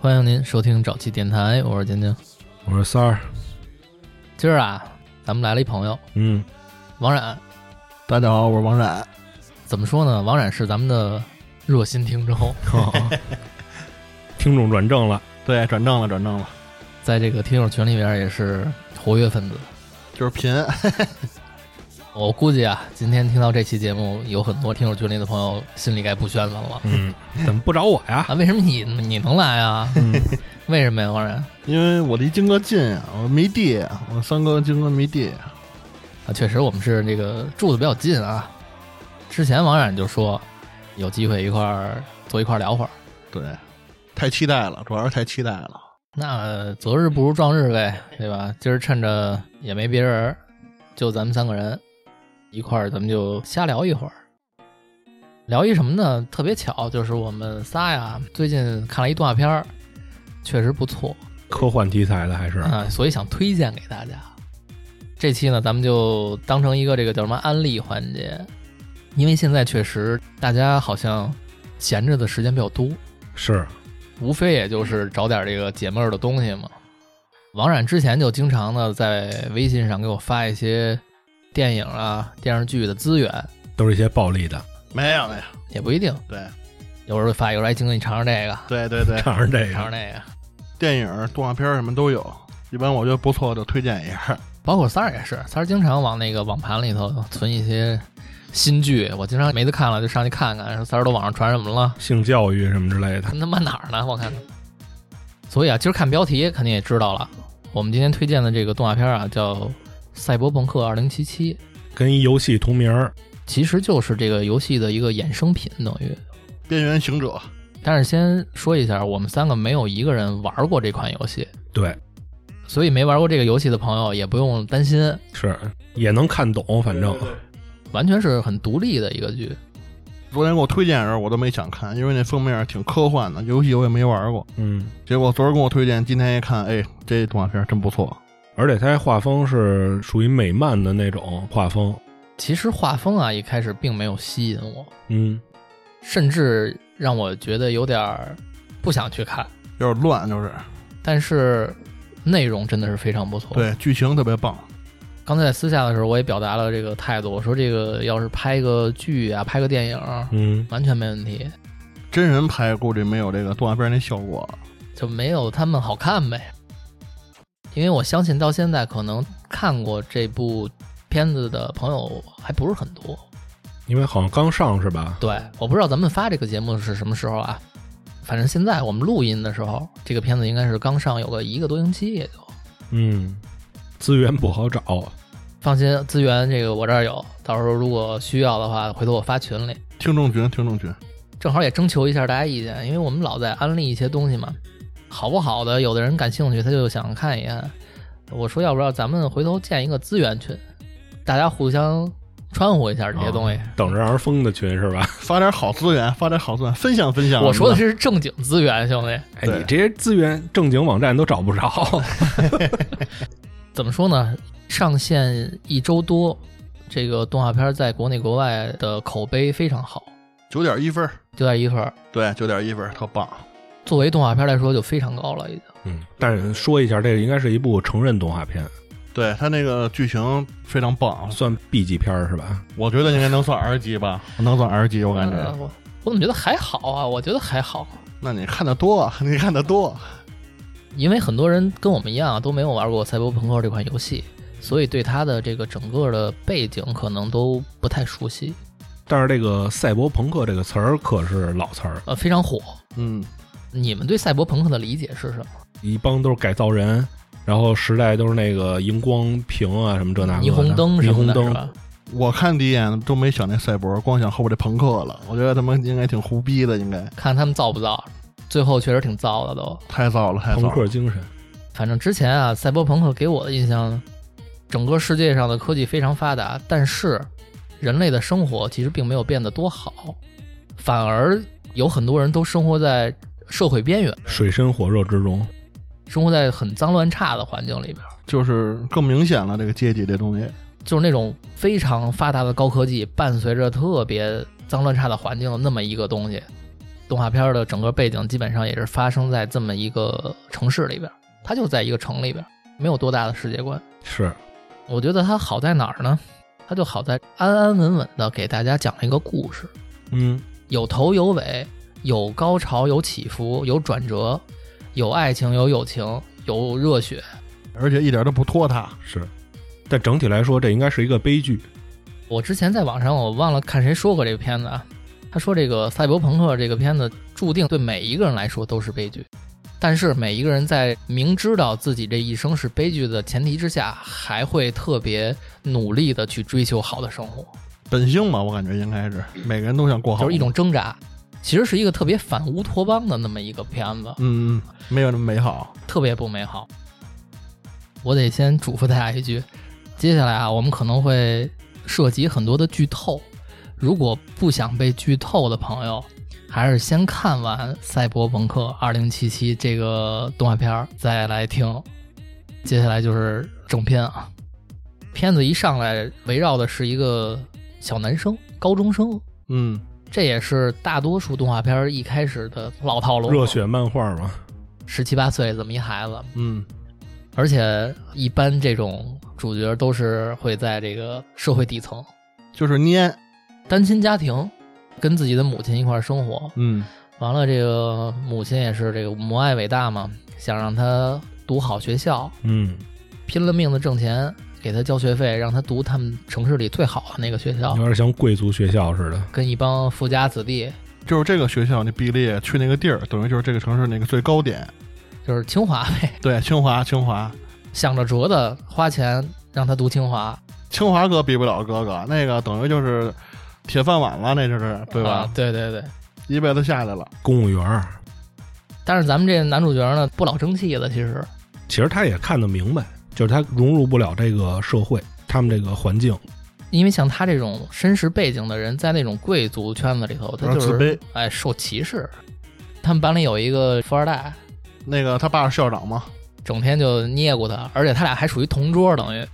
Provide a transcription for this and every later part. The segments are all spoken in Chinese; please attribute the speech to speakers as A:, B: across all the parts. A: 欢迎您收听早期电台，我是晶晶。
B: 我说三儿，
A: 今儿啊，咱们来了一朋友
B: 嗯，
A: 王冉，
C: 大家好，我是王冉。
A: 怎么说呢？王冉是咱们的热心听众，
B: 听众转正了，
C: 对，转正了，转正了，
A: 在这个听友群里边也是活跃分子。
C: 就是贫。
A: 我估计啊，今天听到这期节目，有很多听友群里的朋友心里该不旋风了
B: 嗯， 怎么不找我呀？
A: 啊！为什么你你能来啊？
B: 嗯，
A: 为什么呀，王冉？
C: 因为我离金哥近啊，我没地，我三哥金哥没地。
A: 啊，确实我们是这个住的比较近啊。之前王冉就说有机会一块儿坐一块儿聊会儿，
C: 对，太期待了，主要是太期待了。
A: 那择日不如撞日呗，对吧？今儿趁着也没别人儿，就咱们三个人一块儿，咱们就瞎聊一会儿。聊一什么呢？特别巧，就是我们仨呀，最近看了一动画片儿，确实不错
B: 科幻题材的还是，
A: 啊、所以想推荐给大家。这期呢，咱们就当成一个这个叫什么安利环节，因为现在确实大家好像闲着的时间比较多，
B: 是，
A: 无非也就是找点这个解闷儿的东西嘛。王冉之前就经常的在微信上给我发一些电影啊、电视剧的资源，
B: 都是一些暴力的，
C: 没有没有，
A: 也不一定，
C: 对
A: 有时候发，有时候来晶哥你哎尝尝这个，
C: 对对对，
B: 看着这
A: 尝尝
B: 个，
A: 那个，
C: 电影、动画片什么都有。一般我觉得不错就推荐一下。
A: 包括三儿也是，三儿经常往那个网盘里头存一些新剧，我经常没得看了就上去看看，说三儿都网上传什么了，
B: 性教育什么之类的，
A: 他妈哪儿呢？我看看。所以啊，今儿看标题肯定也知道了，我们今天推荐的这个动画片啊叫《赛博朋克2077》。
B: 跟一游戏同名儿，
A: 其实就是这个游戏的一个衍生品，等于。
C: 《边缘行者》
A: 但是先说一下，我们三个没有一个人玩过这款游戏，
B: 对，
A: 所以没玩过这个游戏的朋友也不用担心，
B: 是也能看懂，反正
A: 完全是很独立的一个剧。
C: 昨天给我推荐的时候我都没想看，哎因为那封面挺科幻的，游戏我也没玩过。
B: 嗯，
C: 结果昨儿跟我推荐，今天一看，哎，这动画片真不错。
B: 而且它画风是属于美漫的那种画风，
A: 其实画风啊，一开始并没有吸引我，
B: 嗯，
A: 甚至让我觉得有点儿不想去看。
C: 有点乱，就是
A: 但是内容真的是非常不错。，
C: 对剧情特别棒。
A: 刚才在私下的时候我也表达了这个态度，我说这个要是拍个剧啊，拍个电影，
B: 嗯，
A: 完全没问题，
C: 真人拍估计没有这个动画片那效果了。
A: 就没有他们好看呗。因为我相信到现在，可能看过这部片子的朋友还不是很多。
B: 因为好像刚上是吧？
A: 对，我不知道咱们发这个节目是什么时候啊，反正现在我们录音的时候，这个片子应该是刚上有个一个多星期也就。
B: 嗯，资源不好找，
A: 放心，资源这个我这儿有，到时候如果需要的话，回头我发群里，
C: 听众群，听众群，
A: 正好也征求一下大家意见，因为我们老在安利一些东西嘛，好不好的，有的人感兴趣，他就想看一看。我说，要不要咱们回头建一个资源群，大家互相穿和一下这些东
C: 哦
A: 西。
B: 啊等着让人封的群是吧？
C: 发点好资源，发点好资源，分享分享。
A: 我说的是正经资源，兄弟，
B: 哎，
C: 对
B: 你这些资源正经网站都找不着，
A: 怎么说呢？上线一周多，这个动画片在国内国外的口碑非常好，
C: 九点一分，
A: 九点一分，
C: 对，九点一分，特棒。
A: 作为动画片来说就非常高了，已经。
B: 嗯，但是说一下，这个应该是一部成人动画片，
C: 对他那个剧情非常
A: 啊
C: 棒，
B: 算 B 级片儿是吧？
C: 我觉得应该能算 R 级吧，能算 R 级，我感觉。
A: 呃我我怎么觉得还好啊？我觉得还好。
C: 那你看的多， 你看的多，
A: 因为很多人跟我们一样啊，都没有玩过《赛博朋克》这款游戏，所以对它的这个整个的背景可能都不太熟悉。
B: 但是这个赛博朋克这个词儿可是老词儿，
A: 呃，非常火。
C: 嗯，
A: 你们对赛博朋克的理解是什么？
B: 一帮都是改造人，然后时代都是那个荧光屏啊什么这那个的
A: 霓虹灯什
B: 霓
A: 么
B: 虹
A: 的，是
B: 灯
A: 吧？
C: 我看第一眼都没想那赛博，光想后边这朋克了。我觉得他们应该挺胡逼的，应该
A: 看他们造不造。最后确实挺造的都。
C: 太燥了，太
B: 朋
C: 燥了。
B: 克精神，
A: 反正之前啊，赛博朋克给我的印象，整个世界上的科技非常发达，但是人类的生活其实并没有变得多好，反而有很多人都生活在社会边缘。
B: 水深火热之中。
A: 生活在很脏乱差的环境里边，
C: 就是更明显了，这个阶级这东西。
A: 就是那种非常发达的高科技伴随着特别脏乱差的环境的那么一个东西。动画片儿的整个背景基本上也是发生在这么一个城市里边儿，它就在一个城里边儿，没有多大的世界观。
B: 是
A: 我觉得它好在哪儿呢？它就好在安安稳稳的给大家讲了一个故事，
B: 嗯
A: 有头有尾，有高潮，有起伏，有转折，有爱情，有友情，有热血。
C: 而且一点都不拖沓。
B: 是，但整体来说，这应该是一个悲剧。
A: 我之前在网上我忘了看谁说过这个片子啊，他说这个赛博朋克这个片子注定对每一个人来说都是悲剧，但是每一个人在明知道自己这一生是悲剧的前提之下，还会特别努力的去追求好的生活，
C: 本性嘛，我感觉应该是每个人都想过好，
A: 就是一种挣扎。其实是一个特别反乌托邦的那么一个片子，
C: 嗯，没有那么美好。
A: 特别不美好。我得先嘱咐大家一句，接下来啊，我们可能会涉及很多的剧透。如果不想被剧透的朋友，还是先看完《赛博朋克2077》这个动画片儿再来听。接下来就是正片啊，片子一上来围绕的是一个小男生，高中生，
C: 嗯，
A: 这也是大多数动画片儿一开始的老套路，
B: 热血漫画嘛，
A: 十七八岁这么一孩子，
C: 嗯，
A: 而且一般这种主角都是会在这个社会底层、
C: 就是蔫，
A: 单亲家庭，跟自己的母亲一块儿生活。
C: 嗯，
A: 完了，这个母亲也是这个母爱伟大嘛，想让他读好学校，
B: 嗯，
A: 拼了命的挣钱，给他交学费，让他读他们城市里最好的那个学校
C: 嗯
B: 有，点像贵族学校似的。
A: 跟一帮富家子弟，
C: 就是这个学校那毕业去那个地儿，等于就是这个城市那个最高点。
A: 就是清华呗，
C: 对，清华，清华，
A: 想着辙的花钱让他读清华，
C: 清华哥比不了哥哥，那个等于就是铁饭碗了，那就是对吧？
A: 啊对对对。
C: 一辈子下来了，
B: 公务员儿
A: 但是咱们这男主角呢，不老争气的，其实
B: 其实他也看得明白，就是他融入不了这个社会，他们这个环境。
A: 因为像他这种身世背景的人，在那种贵族圈子里头，他
C: 有点
A: 就
C: 自
A: 是
C: 卑。
A: 哎受歧视。他们班里有一个富二代，
C: 那个他爸是校长嘛，
A: 整天就捏咕他，而且他俩还属于同桌，等于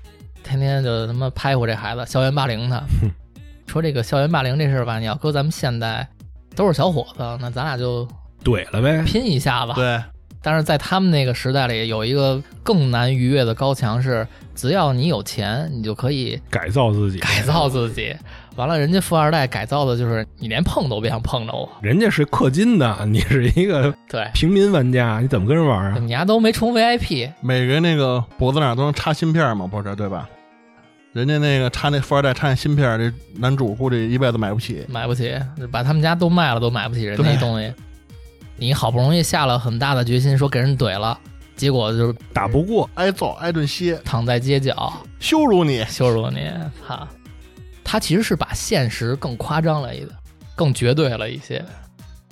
A: 天天就他妈拍我这孩子，校园霸凌他
B: 哼。
A: 说这个校园霸凌这事儿吧，你要搁咱们现代，都是小伙子，那咱俩就
B: 怼了呗，
A: 拼一下吧。
C: 对，
A: 但是在他们那个时代里，有一个更难逾越的高墙是，只要你有钱，你就可以
B: 改造自己，
A: 改造自己。完了，人家富二代改造的就是你连碰都别想碰着我。
B: 人家是氪金的，你是一个
A: 对，
B: 平民玩家，你怎么跟人玩啊？
A: 你丫都没充 VIP，
C: 每个人那个脖子那儿都能插芯片嘛，不是对吧？人家那个插那富二代插那芯片，这男主估计一辈子买不起。
A: 买不起，把他们家都卖了都买不起人家
C: 对
A: 东西。你好不容易下了很大的决心说给人怼了，结果就是
B: 打不过，
C: 挨揍挨顿歇，
A: 躺在街角
C: 羞辱你。
A: 羞辱你，哈。他其实是把现实更夸张了一点，更绝对了一些，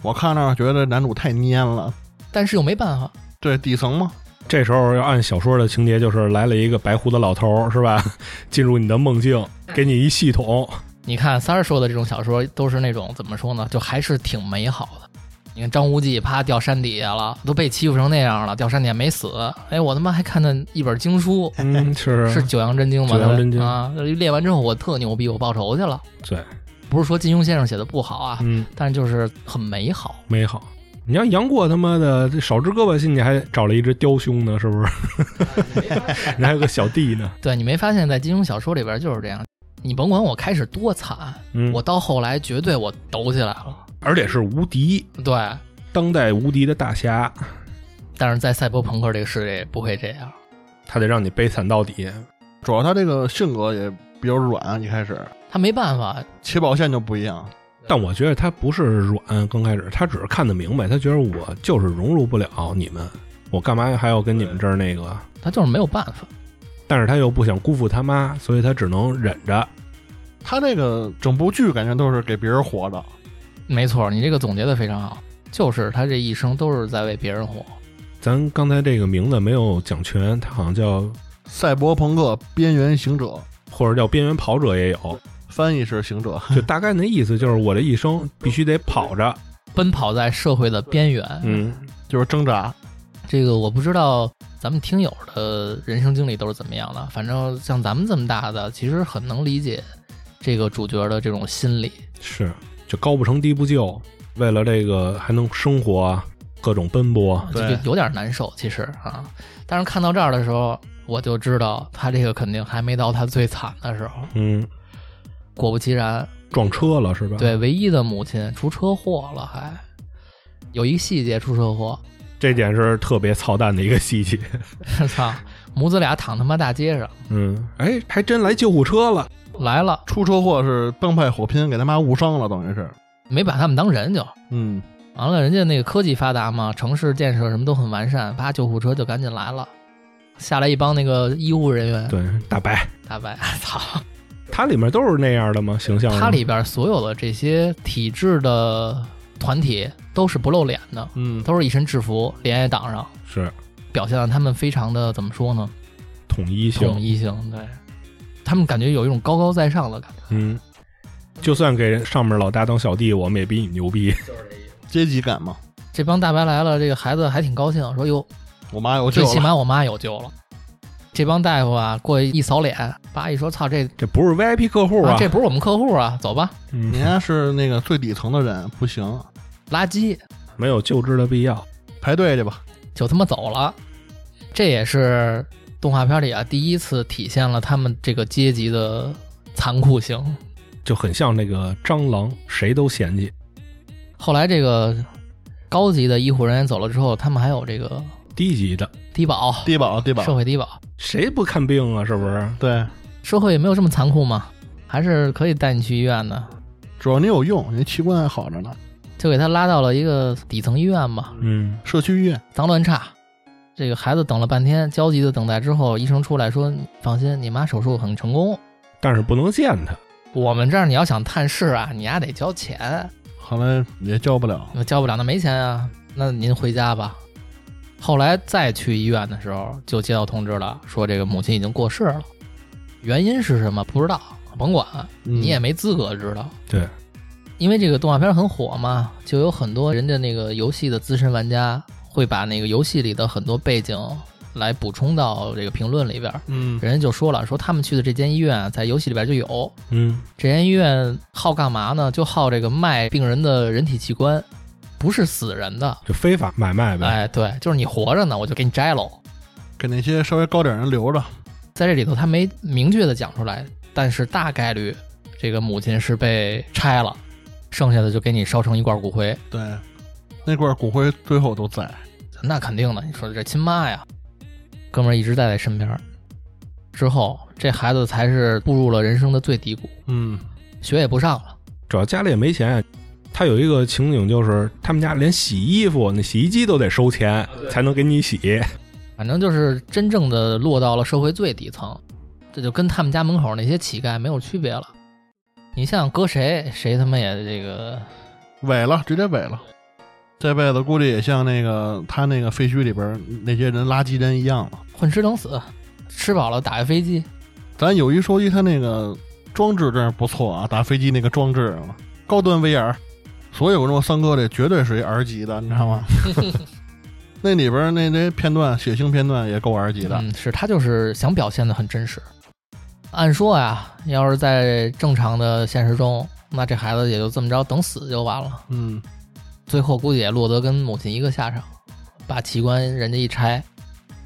C: 我看那儿觉得男主太蔫了，
A: 但是又没办法，
C: 对底层嘛，
B: 这时候要按小说的情节，就是来了一个白胡子老头儿，是吧？ 进入你的梦境，给你一系统，
A: 你看三儿说的这种小说，都是那种怎么说呢，就还是挺美好的。你看张无忌啪掉山底下了，都被欺负成那样了，掉山底下没死。哎，我他妈还看见一本经书，
B: 嗯，是
A: 是九阳真经吗？
B: 九阳真经
A: 啊，练完之后我特牛逼，我报仇去了。
B: 对，
A: 不是说金庸先生写的不好啊，
B: 嗯，
A: 但是就是很美好。
B: 美好。你要杨过他妈的这少只胳膊心，你还找了一只雕兄呢，是不是？你还有个小弟呢，
A: 对你没发现，在金庸小说里边就是这样。你甭管我开始多惨，
B: 嗯，
A: 我到后来绝对我抖起来了。
B: 而且是无敌，
A: 对，
B: 当代无敌的大侠，
A: 但是在赛博朋克这个世界也不会这样。
B: 他得让你悲惨到底。
C: 主要他这个性格也比较软，一开始
A: 他没办法，
C: 起跑线就不一样。
B: 但我觉得他不是软，刚开始他只是看得明白，他觉得我就是融入不了你们，我干嘛还要跟你们这儿那个？
A: 他就是没有办法。
B: 但是他又不想辜负他妈，所以他只能忍着。
C: 他这个整部剧感觉都是给别人活的，
A: 没错，你这个总结的非常好，就是他这一生都是在为别人活。
B: 咱刚才这个名字没有讲全，他好像叫
C: 赛博朋克边缘行者，
B: 或者叫边缘跑者也有，
C: 翻译是行者，
B: 就大概那意思就是我这一生必须得跑着。
A: 奔跑在社会的边缘。
B: 嗯，
C: 就是挣扎。
A: 这个我不知道咱们听友的人生经历都是怎么样的，反正像咱们这么大的，其实很能理解这个主角的这种心理。
B: 是，就高不成低不就，为了这个还能生活啊，各种奔波啊。
A: 这
C: 对
A: 就有点难受，其实啊。但是看到这儿的时候，我就知道他这个肯定还没到他最惨的时候。
B: 嗯，
A: 果不其然，
B: 撞车了是吧？，
A: 对唯一的母亲出车祸了还，有一细节出车祸，
B: 这点是特别操蛋的一个细节。
A: 操，母子俩躺他妈大街上
B: 嗯，哎，还真来救护车了。
A: 来了，
C: 出车祸是帮派火拼，给他妈误伤了，等于是。
A: 没把他们当人就。
C: 嗯，
A: 完了，人家那个科技发达嘛，城市建设什么都很完善，啪，救护车就赶紧来了，下来一帮那个医务人员，
B: 对，大白，
A: 大白，操，
B: 它里面都是那样的吗？形象？
A: 它里边所有的这些体制的团体都是不露脸的，
B: 嗯
A: 都是一身制服，脸也挡上，
B: 是
A: 表现了他们非常的怎么说呢？
B: 统一性。
A: 统一性，对他们感觉有一种高高在上的感觉。
B: 嗯，就算给上面老大当小弟，我们也比你牛逼。
C: 阶级感嘛，
A: 这帮大白来了，这个孩子还挺高兴，说哟，
C: 我 妈有救
A: 最起
C: 了。
A: 码我妈有救了。这帮大夫啊，过去一扫脸，爸一说，操，这
B: 这不是 VIP 客户
A: 啊这不是我们客户啊，走吧，
B: 嗯
C: 人家是那个最底层的人，不行，
A: 垃圾，
B: 没有救治的必要。
C: 排队去吧。
A: 就他妈走了。这也是动画片里啊第一次体现了他们这个阶级的残酷性。
B: 就很像那个蟑螂，谁都嫌弃。
A: 后来这个高级的医护人员走了之后，他们还有这个
B: 低级的，
A: 低保、
C: 低保，低保，
A: 社会低保，
B: 谁不看病啊？是不是？
C: 对，
A: 社会也没有这么残酷嘛，还是可以带你去医院的，
C: 主要你有用，你器官还好着呢。
A: 就给他拉到了一个底层医院吧，
B: 嗯，
C: 社区医院，
A: 脏乱差。这个孩子等了半天，焦急的等待之后，医生出来说：“放心，你妈手术很成功。
B: 但是不能见他。
A: 我们这儿你要想探视啊，你丫得交钱，
C: 后来也交不了。
A: 那交不了那没钱啊，那您回家吧。”后来再去医院的时候，就接到通知了，说这个母亲已经过世了，原因是什么不知道，甭管，
C: 嗯
A: 你也没资格知道。
B: 对，
A: 因为这个动画片很火嘛，就有很多人家那个游戏的资深玩家会把那个游戏里的很多背景来补充到这个评论里边儿。
C: 嗯，
A: 人家就说了，说他们去的这间医院啊在游戏里边就有，
B: 嗯，
A: 这间医院好干嘛呢？就好这个卖病人的人体器官，不是死人的。
B: 就非法买卖呗。
A: 哎，对，就是你活着呢，我就给你摘喽。
C: 给那些稍微高点人留着。
A: 在这里头，他没明确的讲出来，但是大概率这个母亲是被拆了，剩下的就给你烧成一罐骨灰。
C: 对，那罐骨灰最后都在。
A: 那肯定的，你说这亲妈呀，哥们儿一直待在身边儿，之后这孩子才是步入了人生的最低谷，
C: 嗯，
A: 学也不上了，
B: 主要家里也没钱。他有一个情景，就是他们家连洗衣服，那洗衣机都得收钱才能给你洗。
A: 反正就是真正的落到了社会最底层，这就跟他们家门口那些乞丐没有区别了。你像搁谁，谁他妈也这个
C: 萎了，直接萎了。这辈子估计也像那个他那个废墟里边儿那些人垃圾人一样了。
A: 混吃等死，吃饱了打个飞机，
C: 咱有一说一，他那个装置真是不错啊，打飞机那个装置啊，高端 VR。所有跟我三哥这绝对是一 R 级的，你知道吗？ 那里边儿那那片段血腥片段也够 R 级的。
A: 嗯，是他就是想表现的很真实。按说呀，要是在正常的现实中，那这孩子也就这么着等死就完了。
C: 嗯，
A: 最后估计也落得跟母亲一个下场，把奇观人家一拆。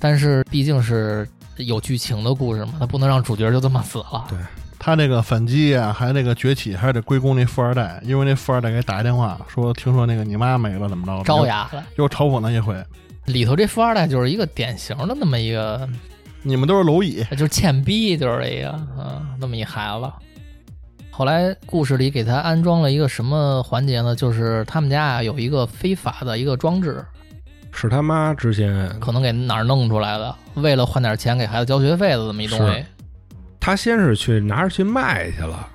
A: 但是毕竟是有剧情的故事嘛，他不能让主角就这么死了。
C: 他这个反击啊，还有这个崛起，还得归功那富二代，因为那富二代给打一电话说，听说那个你哦妈没了，怎么着？
A: 招牙了，
C: 又嘲讽他一回，
A: 里头这富二代就是一个典型的那么一个，
C: 你们都是蝼蚁。
A: 就是欠逼，就是一个，嗯，那么一孩子。后来故事里给他安装了一个什么环节呢？就是他们家啊有一个非法的一个装置，
B: 是他妈之前，
A: 可能给哪儿弄出来的，为了换点钱给孩子交学费的这么一东西
B: 是。他先是去拿着去卖去了，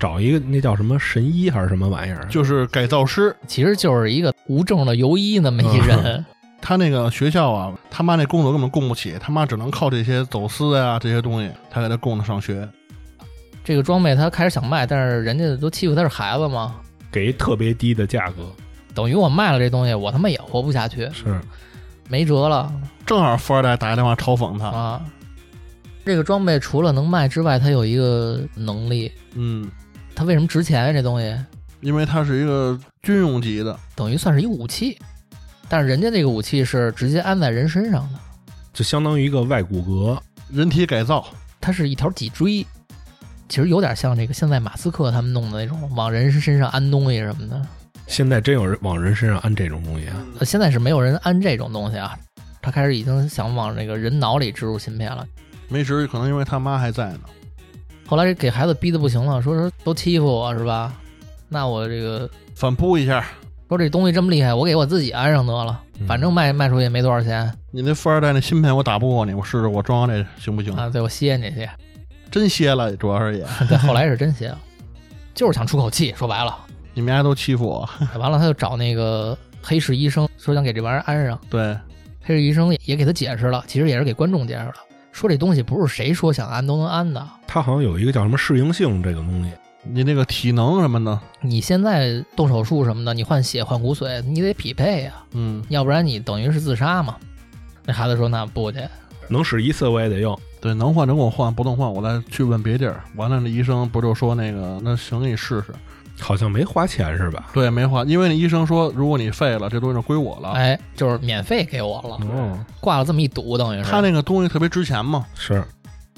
B: 找一个那叫什么神医还是什么玩意儿，
C: 就是改造师，
A: 其实就是一个无证的游医那么一人，
C: 他那个学校啊，他妈那工作根本供不起，他妈只能靠这些走私啊这些东西，才给他供他上学。
A: 这个装备他开始想卖，但是人家都欺负他是孩子嘛，
B: 给一特别低的价格。
A: 等于我卖了这东西，我他妈也活不下去，
B: 是，
A: 没辙了
C: 正好富二代打一电话嘲讽他，
A: 啊！这个装备除了能卖之外，它有一个能力，
C: 嗯，
A: 它为什么值钱啊？这东西
C: 因为它是一个军用级的，
A: 等于算是一武器，但是人家这个武器是直接安在人身上的，
B: 就相当于一个外骨骼。
C: 人体改造，
A: 它是一条脊椎，其实有点像这个现在马斯克他们弄的那种往人身上安东西什么的。
B: 现在真有人往人身上安这种东西啊？
A: 呃现在是没有人安这种东西啊，他开始已经想往那个人脑里植入芯片了。
C: 没准儿可能因为他妈还在呢。
A: 后来给孩子逼得不行了，说说都欺负我是吧？那我这个
C: 反扑一下，
A: 说这东西这么厉害，我给我自己安上得了，
B: 嗯
A: 反正卖卖出去也没多少钱
C: 你那富二代那芯片我打不过你，我试试我装上这行不行？
A: 啊。对我歇你去，
C: 真歇了，主要是也，
A: 对，后来是真歇了，就是想出口气。说白 了，
C: 你们家都欺负我，
A: 完了他就找那个黑市医生，说想给这玩意儿安上。
C: 对，
A: 黑市医生也也给他解释了，其实也是给观众解释了，说这东西不是谁说想安都能安的。
B: 它好像有一个叫什么适应性这个东西，
C: 你那个体能什么的，
A: 你现在动手术什么的，你换血换骨髓，你得匹配呀、
C: 嗯，
A: 要不然你等于是自杀嘛。那孩子说：“那不去，
C: 啊
B: 能使一次我也得用。
C: 对，能换就给我换，不能换我再去问别地儿。完了，那医生不就说那个，那行，你试试。
B: 好像没花钱是吧？
C: 对，没换，因为那医生说，如果你废了，这东西就归我了。
A: 哎，就是免费给我了，
B: 哦，
A: 挂了这么一赌，等于是。
C: 嗯他那个东西特别值钱嘛。
B: 是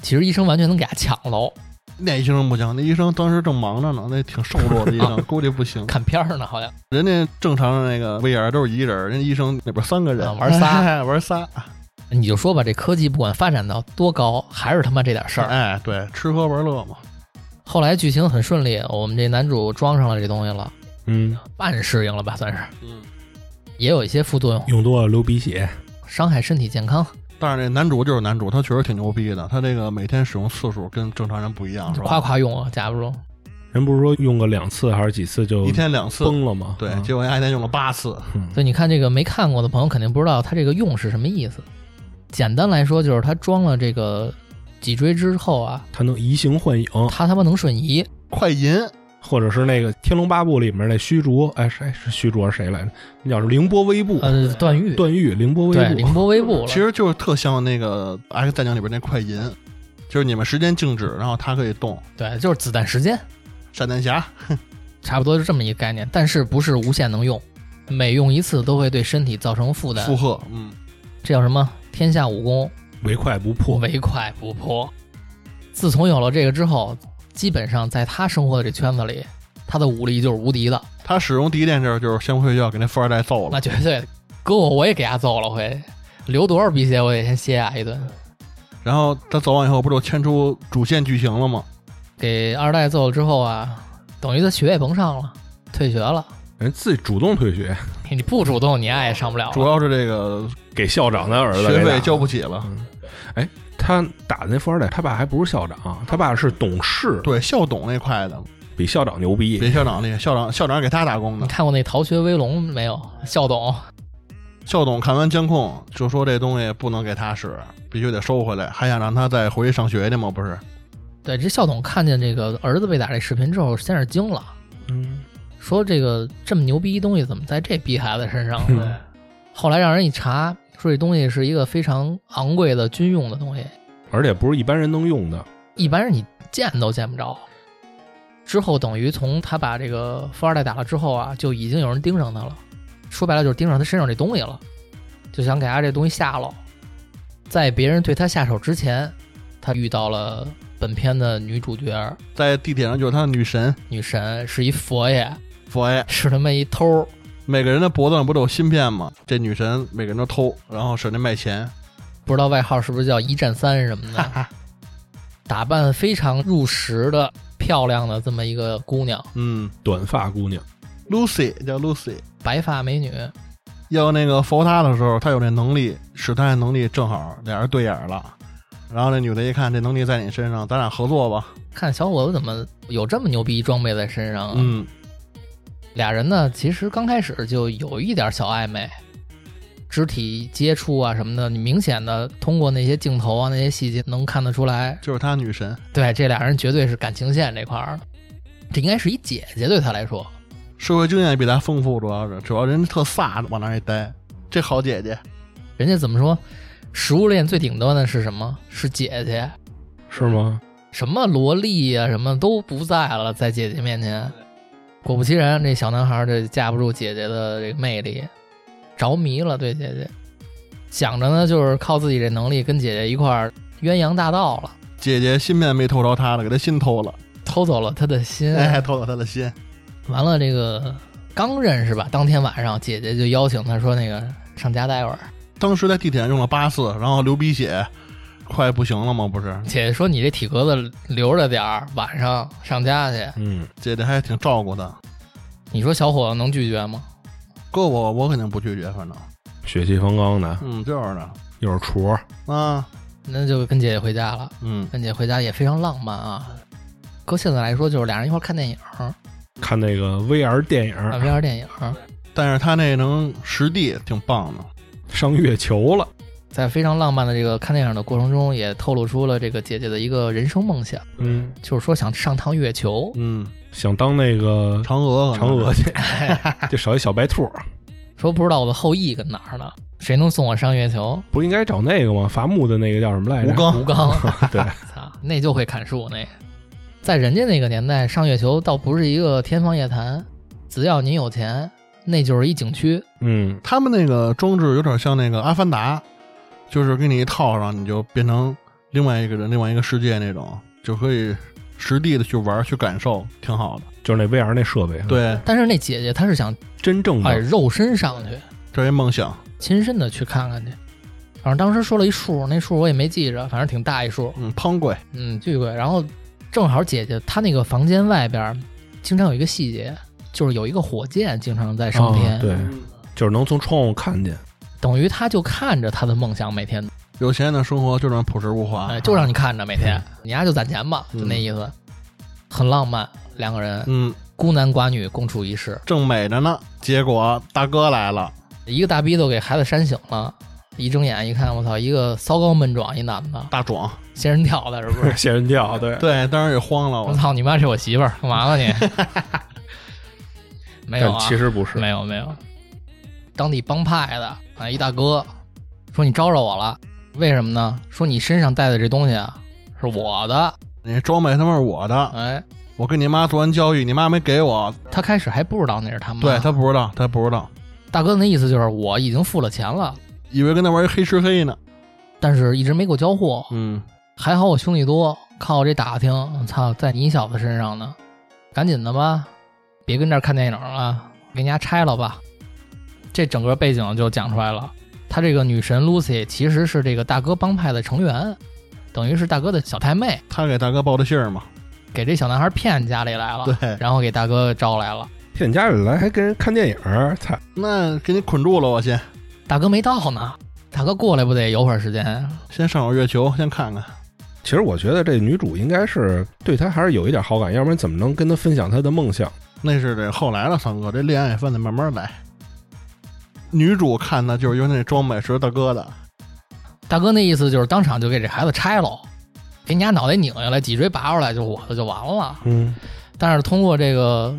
A: 其实医生完全能给他抢喽，
C: 那医生不行，那医生当时正忙着呢，那挺瘦弱的 医生，估计不行。
A: 看片儿呢，好像
C: 人家正常的那个 VR 都是一人，人家医生那边三个人、
A: 啊玩仨
C: 哎玩仨。
A: 你就说吧，这科技不管发展到多高，还是他妈这点事儿。
C: 哎，对，吃喝玩乐嘛。
A: 后来剧情很顺利，我们这男主装上了这东西了，
B: 嗯，
A: 半适应了吧，算是
C: 嗯，
A: 也有一些副作用，
B: 用多了流鼻血，
A: 伤害身体健康，
C: 但是那男主就是男主，他确实挺牛逼的。他这个每天使用次数跟正常人不一样，是吧？
A: 夸夸用啊，架不住。
B: 人不是说用个两次还是几次就
C: 一天两次，
B: 崩了吗？
C: 对，
B: 嗯
C: 结果人家一天用了八次。
A: 所以你看，这个没看过的朋友肯定不知道它这个用是什么意思。简单来说，就是它装了这个脊椎之后啊，
B: 它能移形换影，
A: 它他妈能瞬移，
C: 快银，
B: 或者是那个《天龙八部》里面那虚竹，哎，谁是虚竹还是谁来着？那叫是凌波微步，
C: 嗯
A: 呃，段誉，
B: 段誉凌波微
A: 对，
B: 步，
A: 凌波微 步了。
C: 其实就是特像那个《X 战警》里边那快银，就是你们时间静止，然后它可以动。
A: 对，就是子弹时间，
C: 闪电侠，
A: 差不多是这么一个概念，但是不是无限能用，每用一次都会对身体造成负担
C: 负。荷，嗯，
A: 这叫什么？天下武功，
B: 唯快不破。
A: 唯快不破。自从有了这个之后，基本上在他生活的这圈子里，他的武力就是无敌的，
C: 他使用第一件事就是先回学校给那富二代揍了
A: 那。绝对的。搁我我也给他揍了回去，流多少鼻血我也先歇他一顿。
C: 然后他走完以后，不就牵出主线剧情了吗？
A: 给二代揍了之后啊，等于他学也甭上了，退学了。
B: 人自己主动退学，
A: 你不主动，你爱也上不了了
C: 主要是这个
B: 给校长啊的儿子
C: 学
B: 给打嗯哎
C: 费交不起了。
B: 他打的那富二代，他爸还不是校长，他爸是董事，
C: 嗯对，校董那块的
B: 比校长牛逼。
C: 比校长厉害，校长校长给他打工
A: 你
B: 嗯
C: 的。
A: 看过那《逃学威龙》没有？校董
C: 校董看完监控就说这东西不能给他使，必须得收回来，还想让他再回去上学去吗？不是，
A: 对，这校董看见这个儿子被打这视频之后，先是惊了，
B: 嗯，
A: 说这个这么牛逼一东西怎么在这逼孩子身上
B: 哼
A: 了？ 后来让人一查，说这东西是一个非常昂贵的军用的东西，
B: 而且不是一般人能用的。
A: 一般人你见都见不着。之后等于从他把这个富二代打了之后啊，就已经有人盯上他了，说白了就是盯上他身上这东西了，就想给他这东西下了。在别人对他下手之前，他遇到了本片的女主角
C: 在地铁上就是他的女神
A: 女神，是一佛爷，
C: 佛爷，
A: 是他妈一偷儿。
C: 每个人的脖子上不都有芯片吗？这女神每个人都偷，然后省着卖钱。
A: 不知道外号是不是叫一战三什么的，打扮非常入时的漂亮的这么一个姑娘，
C: 嗯
B: 短发姑娘，
C: ，Lucy 叫 Lucy，
A: 白发美女，
C: 要那个佛他的时候，他有这能力，使他的能力正好俩人对眼了。然后那女的一看这能力在你身上，咱俩合作吧。
A: 看小伙子怎么有这么牛逼装备在身上啊？
C: 嗯，
A: 俩人呢，其实刚开始就有一点小暧昧，肢体接触啊什么的，你明显的通过那些镜头啊、那些细节能看得出来，
C: 就是他女神，
A: 对这俩人绝对是感情线这块儿的。这应该是一姐姐对他来说，
C: 社会经验比他丰富，主要是主要人特飒，往那儿一待。这好姐姐，
A: 人家怎么说？食物链最顶端的是什么？是姐姐，
B: 是吗？
A: 什么萝莉啊，什么都不在了，在姐姐面前。果不其然，这小男孩儿这架不住姐姐的这个魅力，着迷了对姐姐，想着呢就是靠自己这能力跟姐姐一块儿鸳鸯大盗了，
C: 姐姐心面没偷着他的，给他心偷了，
A: 偷走了他的心。
C: 哎，偷走他的心。
A: 完了，这个刚认识吧，当天晚上姐姐就邀请他说那个上家待会儿。
C: 当时在地铁上用了八次，然后流鼻血，快不行了吗？不是，
A: 姐姐说你这体格子留着点儿，晚上上家去。
B: 嗯，
C: 姐姐还挺照顾他。
A: 你说小伙子能拒绝吗？
C: 搁我，我肯定不拒绝，反正，
B: 血气方刚的，
C: 嗯，就是的，
B: 又是厨儿，
C: 啊，
A: 那就跟姐姐回家了。
C: 嗯，
A: 跟姐回家也非常浪漫啊。搁现在来说，就是俩人一块儿看电影，看
B: 看那个 VR 电影
A: VR 电影，
C: 但是他那能实地挺棒的，
B: 上月球了，
A: 在非常浪漫的这个看电影的过程中，也透露出了这个姐姐的一个人生梦想，
B: 嗯，
A: 就是说想上趟月球。
C: 嗯，
B: 想当那个
C: 嫦娥，
B: 嫦娥，去， 就少一小白兔，
A: 说不知道我的后裔跟哪儿呢，谁能送我上月球？
B: 不是应该找那个吗？伐木的那个叫什么来着？
C: 吴刚
A: 吴刚，
B: 对，
A: 操，那就会砍树那个。在人家那个年代，上月球倒不是一个天方夜谭，只要你有钱，那就是一景区。
B: 嗯，
C: 他们那个装置有点像那个《阿凡达》，就是给你一套上，你就变成另外一个人、另外一个世界那种，就可以实地的去玩、去感受，挺好的。
B: 就是那 VR 那设备，，啊
C: 对，
A: 但是那姐姐她是想
B: 真正
A: 哎
B: 的
A: 肉身上去，
C: 这是一梦想。
A: 亲身的去看看去。反正当时说了一数，那数我也没记着，反正挺大一数，
C: 嗯，潘贵，
A: 嗯，巨贵。然后正好姐姐她那个房间外边儿经常有一个细节，就是有一个火箭经常在
C: 哦
A: 升天，
B: 啊对，就是能从窗户 看见，
A: 等于她就看着她的梦想每天
C: 有钱人的生活就这么朴实无华，
A: 哎，就让你看着每天，你丫就攒钱吧，
C: 嗯
A: 就那意思，很浪漫。两个人
C: 嗯，
A: 孤男寡女共处一室，
C: 正美着呢，结果大哥来了，
A: 一个大逼都给孩子扇醒了，一睁眼一看，我操，一个骚高闷壮一男的，
C: 大壮，
A: 仙人跳的是不是？
B: 仙人跳，对，
C: 对，当时也慌
B: 哦
C: 了，
A: 我
C: 我
A: 操，你妈是我媳妇儿，干嘛呢 你？没有
B: 但
A: 啊，
B: 其实不是，
A: 没有没有，当地帮派的啊，一大哥说你招惹我了，为什么呢？说你身上带的这东西啊是我的，
C: 你装备他妈是我的，
A: 哎，
C: 我跟你妈做完交易，你妈没给我，
A: 他开始还不知道那是他妈，
C: 对他不知道，他不知道，
A: 大哥那意思就是我已经付了钱了，
C: 以为跟他玩一黑吃黑呢，
A: 但是一直没给我交货。
C: 嗯，
A: 还好我兄弟多，靠我这打听，操，在你小子身上呢。赶紧的吧，别跟这儿看电影了，给人家拆了吧。这整个背景就讲出来了。她这个女神 Lucy 其实是这个大哥帮派的成员，等于是大哥的小太妹，
C: 他给大哥报的信儿嘛，
A: 给这小男孩骗家里来了，
C: 对，
A: 然后给大哥招来了。
B: 骗家里来还跟人看电影儿，操，
C: 那给你捆住了，我先
A: 大哥没到呢，大哥过来不得有会儿时间？
C: 先上会儿月球，先看看，
B: 其实我觉得这女主应该是对他还是有一点好感，要不然怎么能跟他分享他的梦想？
C: 那是得后来了，三哥，这恋爱分得慢慢来。女主看的就是因为那装备是大哥的，
A: 大哥那意思就是当场就给这孩子拆喽，给你家脑袋拧下来，脊椎拔出来，就我的就完了。
B: 嗯，
A: 但是通过这个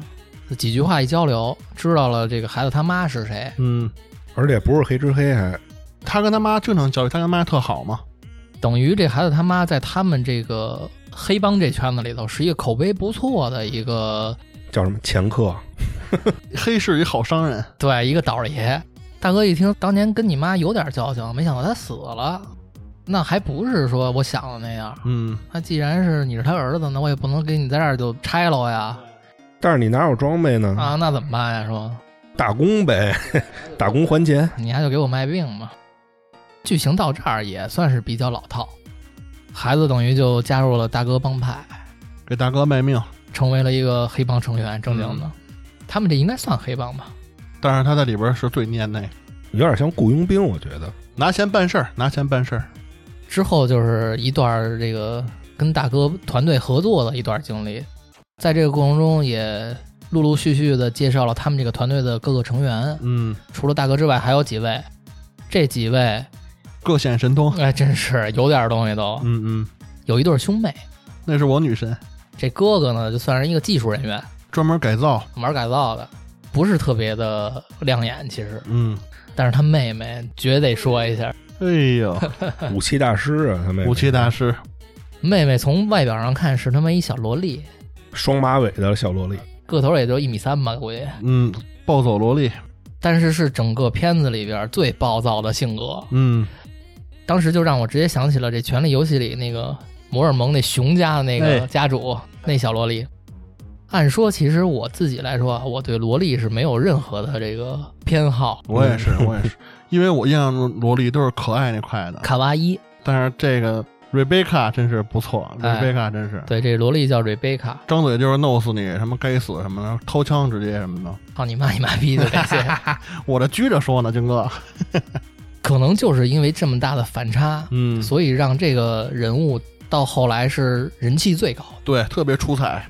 A: 几句话一交流，知道了这个孩子他妈是谁。
C: 嗯，
B: 而且不是黑吃黑还，
C: 他跟他妈正常交易，他跟他妈特好嘛，
A: 等于这孩子他妈在他们这个黑帮这圈子里头是一个口碑不错的一个
B: 叫什么前客，
C: 黑市一好商人，
A: 对一个倒爷。大哥一听，当年跟你妈有点交情，没想到她死了，那还不是说我想的那样。
C: 嗯，
A: 那既然是你是他儿子，那我也不能给你在这儿就拆了呀
B: 但是你哪有装备呢？
A: 啊，那怎么办呀？是吧？
B: 打工呗， 打工还钱。
A: 你还就给我卖命吧。剧情到这儿也算是比较老套，孩子等于就加入了大哥帮派，
C: 给大哥卖命，
A: 成为了一个黑帮成员，正经的。他们这应该算黑帮吧？
C: 但是他在里边是最粘那个，
B: 有点像雇佣兵，我觉得
C: 拿钱办事儿，拿钱办事儿，
A: 之后就是一段儿这个跟大哥团队合作的一段经历，在这个过程中也陆陆续续的介绍了他们这个团队的各个成员，
C: 嗯，
A: 除了大哥之外还有几位，这几位
C: 各显神通，
A: 哎真是有点东西都，
C: 哦嗯嗯，
A: 有一对兄妹，
C: 那是我女神，
A: 这哥哥呢就算是一个技术人员。
C: 专门改造，
A: 玩改造的，不是特别的亮眼，其实，
C: 嗯，
A: 但是他妹妹绝得说一下，
C: 哎呦，
B: 武器大师啊，他们
C: 武器大师，
A: 妹妹从外表上看是他妈一小萝莉，
B: 双马尾的小萝莉，
A: 个头也就一米三吧，估计。
C: 嗯，暴走萝莉，
A: 但是是整个片子里边最暴躁的性格，
C: 嗯，
A: 当时就让我直接想起了这《权力游戏》里那个摩尔蒙那熊家的那个
C: 哎
A: 家主、那小萝莉。按说，其实我自己来说啊，我对萝莉是没有任何的这个偏好。
C: 我也是，我也是，因为我印象中萝莉都是可爱那块的，
A: 卡哇伊，
C: 但是这个 Rebecca 真是不错
A: 哎
C: ，Rebecca 真是
A: 对，这萝莉叫瑞贝卡，
C: 张嘴就是弄死你，什么该死什么的，掏枪直接什么的。
A: 操你妈你妈逼的感谢。
C: 我这拘着说呢，金哥，
A: 可能就是因为这么大的反差，
C: 嗯
A: 所以让这个人物到后来是人气最高。
C: 对，特别出彩，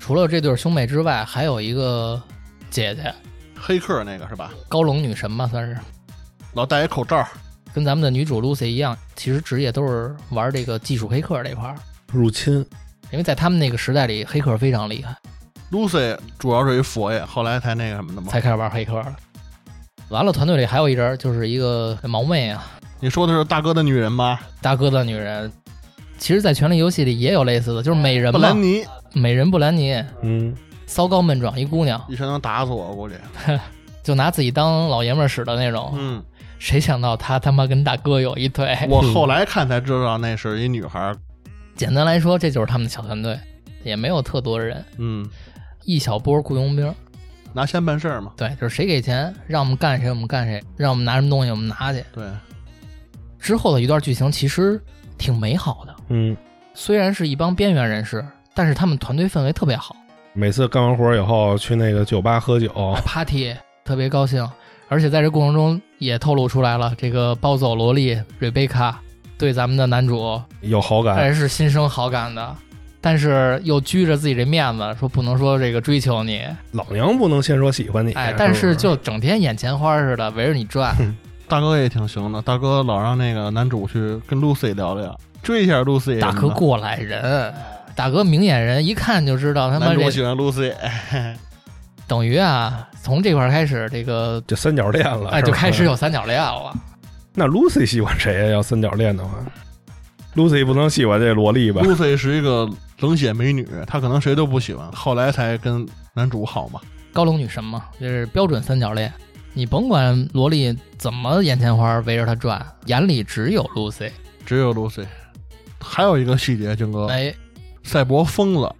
A: 除了这对兄妹之外，还有一个姐姐，
C: 黑客那个是吧？
A: 高冷女神嘛，算是
C: 老戴一口罩，
A: 跟咱们的女主 Lucy 一样，其实职业都是玩这个技术黑客这块儿，
B: 入侵，
A: 因为在他们那个时代里，黑客非常厉害，
C: Lucy 主要是一佛爷，后来才那个什么的嘛。
A: 才开始玩黑客了。完了，团队里还有一人，就是一个毛妹啊，
C: 你说的是大哥的女人吧？
A: 大哥的女人。其实，在《权力游戏》里也有类似的，就是美人
C: 布
A: 嘛
C: 兰，妮
A: 美人布兰妮，
B: 嗯，
A: 骚高闷壮一姑娘，
C: 一拳能打死我，我估计。
A: 就拿自己当老爷们儿使的那种。
C: 嗯，
A: 谁想到她他妈跟大哥有一腿？
C: 我后来看才知道那是一女孩。
A: 简单来说，这就是他们的小团队，也没有特多人，
C: 嗯，
A: 一小波雇佣兵。
C: 拿钱办事儿嘛。
A: 对，就是谁给钱，让我们干谁我们干谁，让我们拿什么东西我们拿去。
C: 对，
A: 之后的一段剧情其实挺美好的，
B: 嗯，
A: 虽然是一帮边缘人士，但是他们团队氛围特别好
B: 每次干完活以后去那个酒吧喝酒，
C: 哦
A: 哎，party 特别高兴，而且在这过程中也透露出来了，这个暴走萝莉瑞贝卡对咱们的男主
B: 有好感，
A: 还是心生好感的。但是又拘着自己这面子，说不能说这个追求你，
B: 老娘不能先说喜欢你，
A: 哎，但
B: 是
A: 是就整天眼前花似的围着你转，
C: 大哥也挺行的，大哥老让那个男主去跟 Lucy 聊聊，追一下 Lucy 什么的。
A: 大哥过来人，大哥明眼人，一看就知道他妈
C: 男主
A: 这
C: 喜欢 Lucy，
A: 等于啊，从这块儿开始，这个
B: 就三角恋了，
A: 哎
B: 是吧
A: 就开始有三角恋了。
B: 那 Lucy 喜欢谁呀？要三角恋的话，Lucy 不能喜欢这萝莉吧？
C: Lucy 是一个冷血美女，她可能谁都不喜欢，后来才跟男主好嘛。
A: 高冷女神嘛，这是标准三角恋。你甭管萝莉怎么眼前花围着她转，眼里只有 Lucy。
C: 只有 Lucy。还有一个细节，金
B: 哦
C: 哥，
A: 哎，
C: 赛博疯了，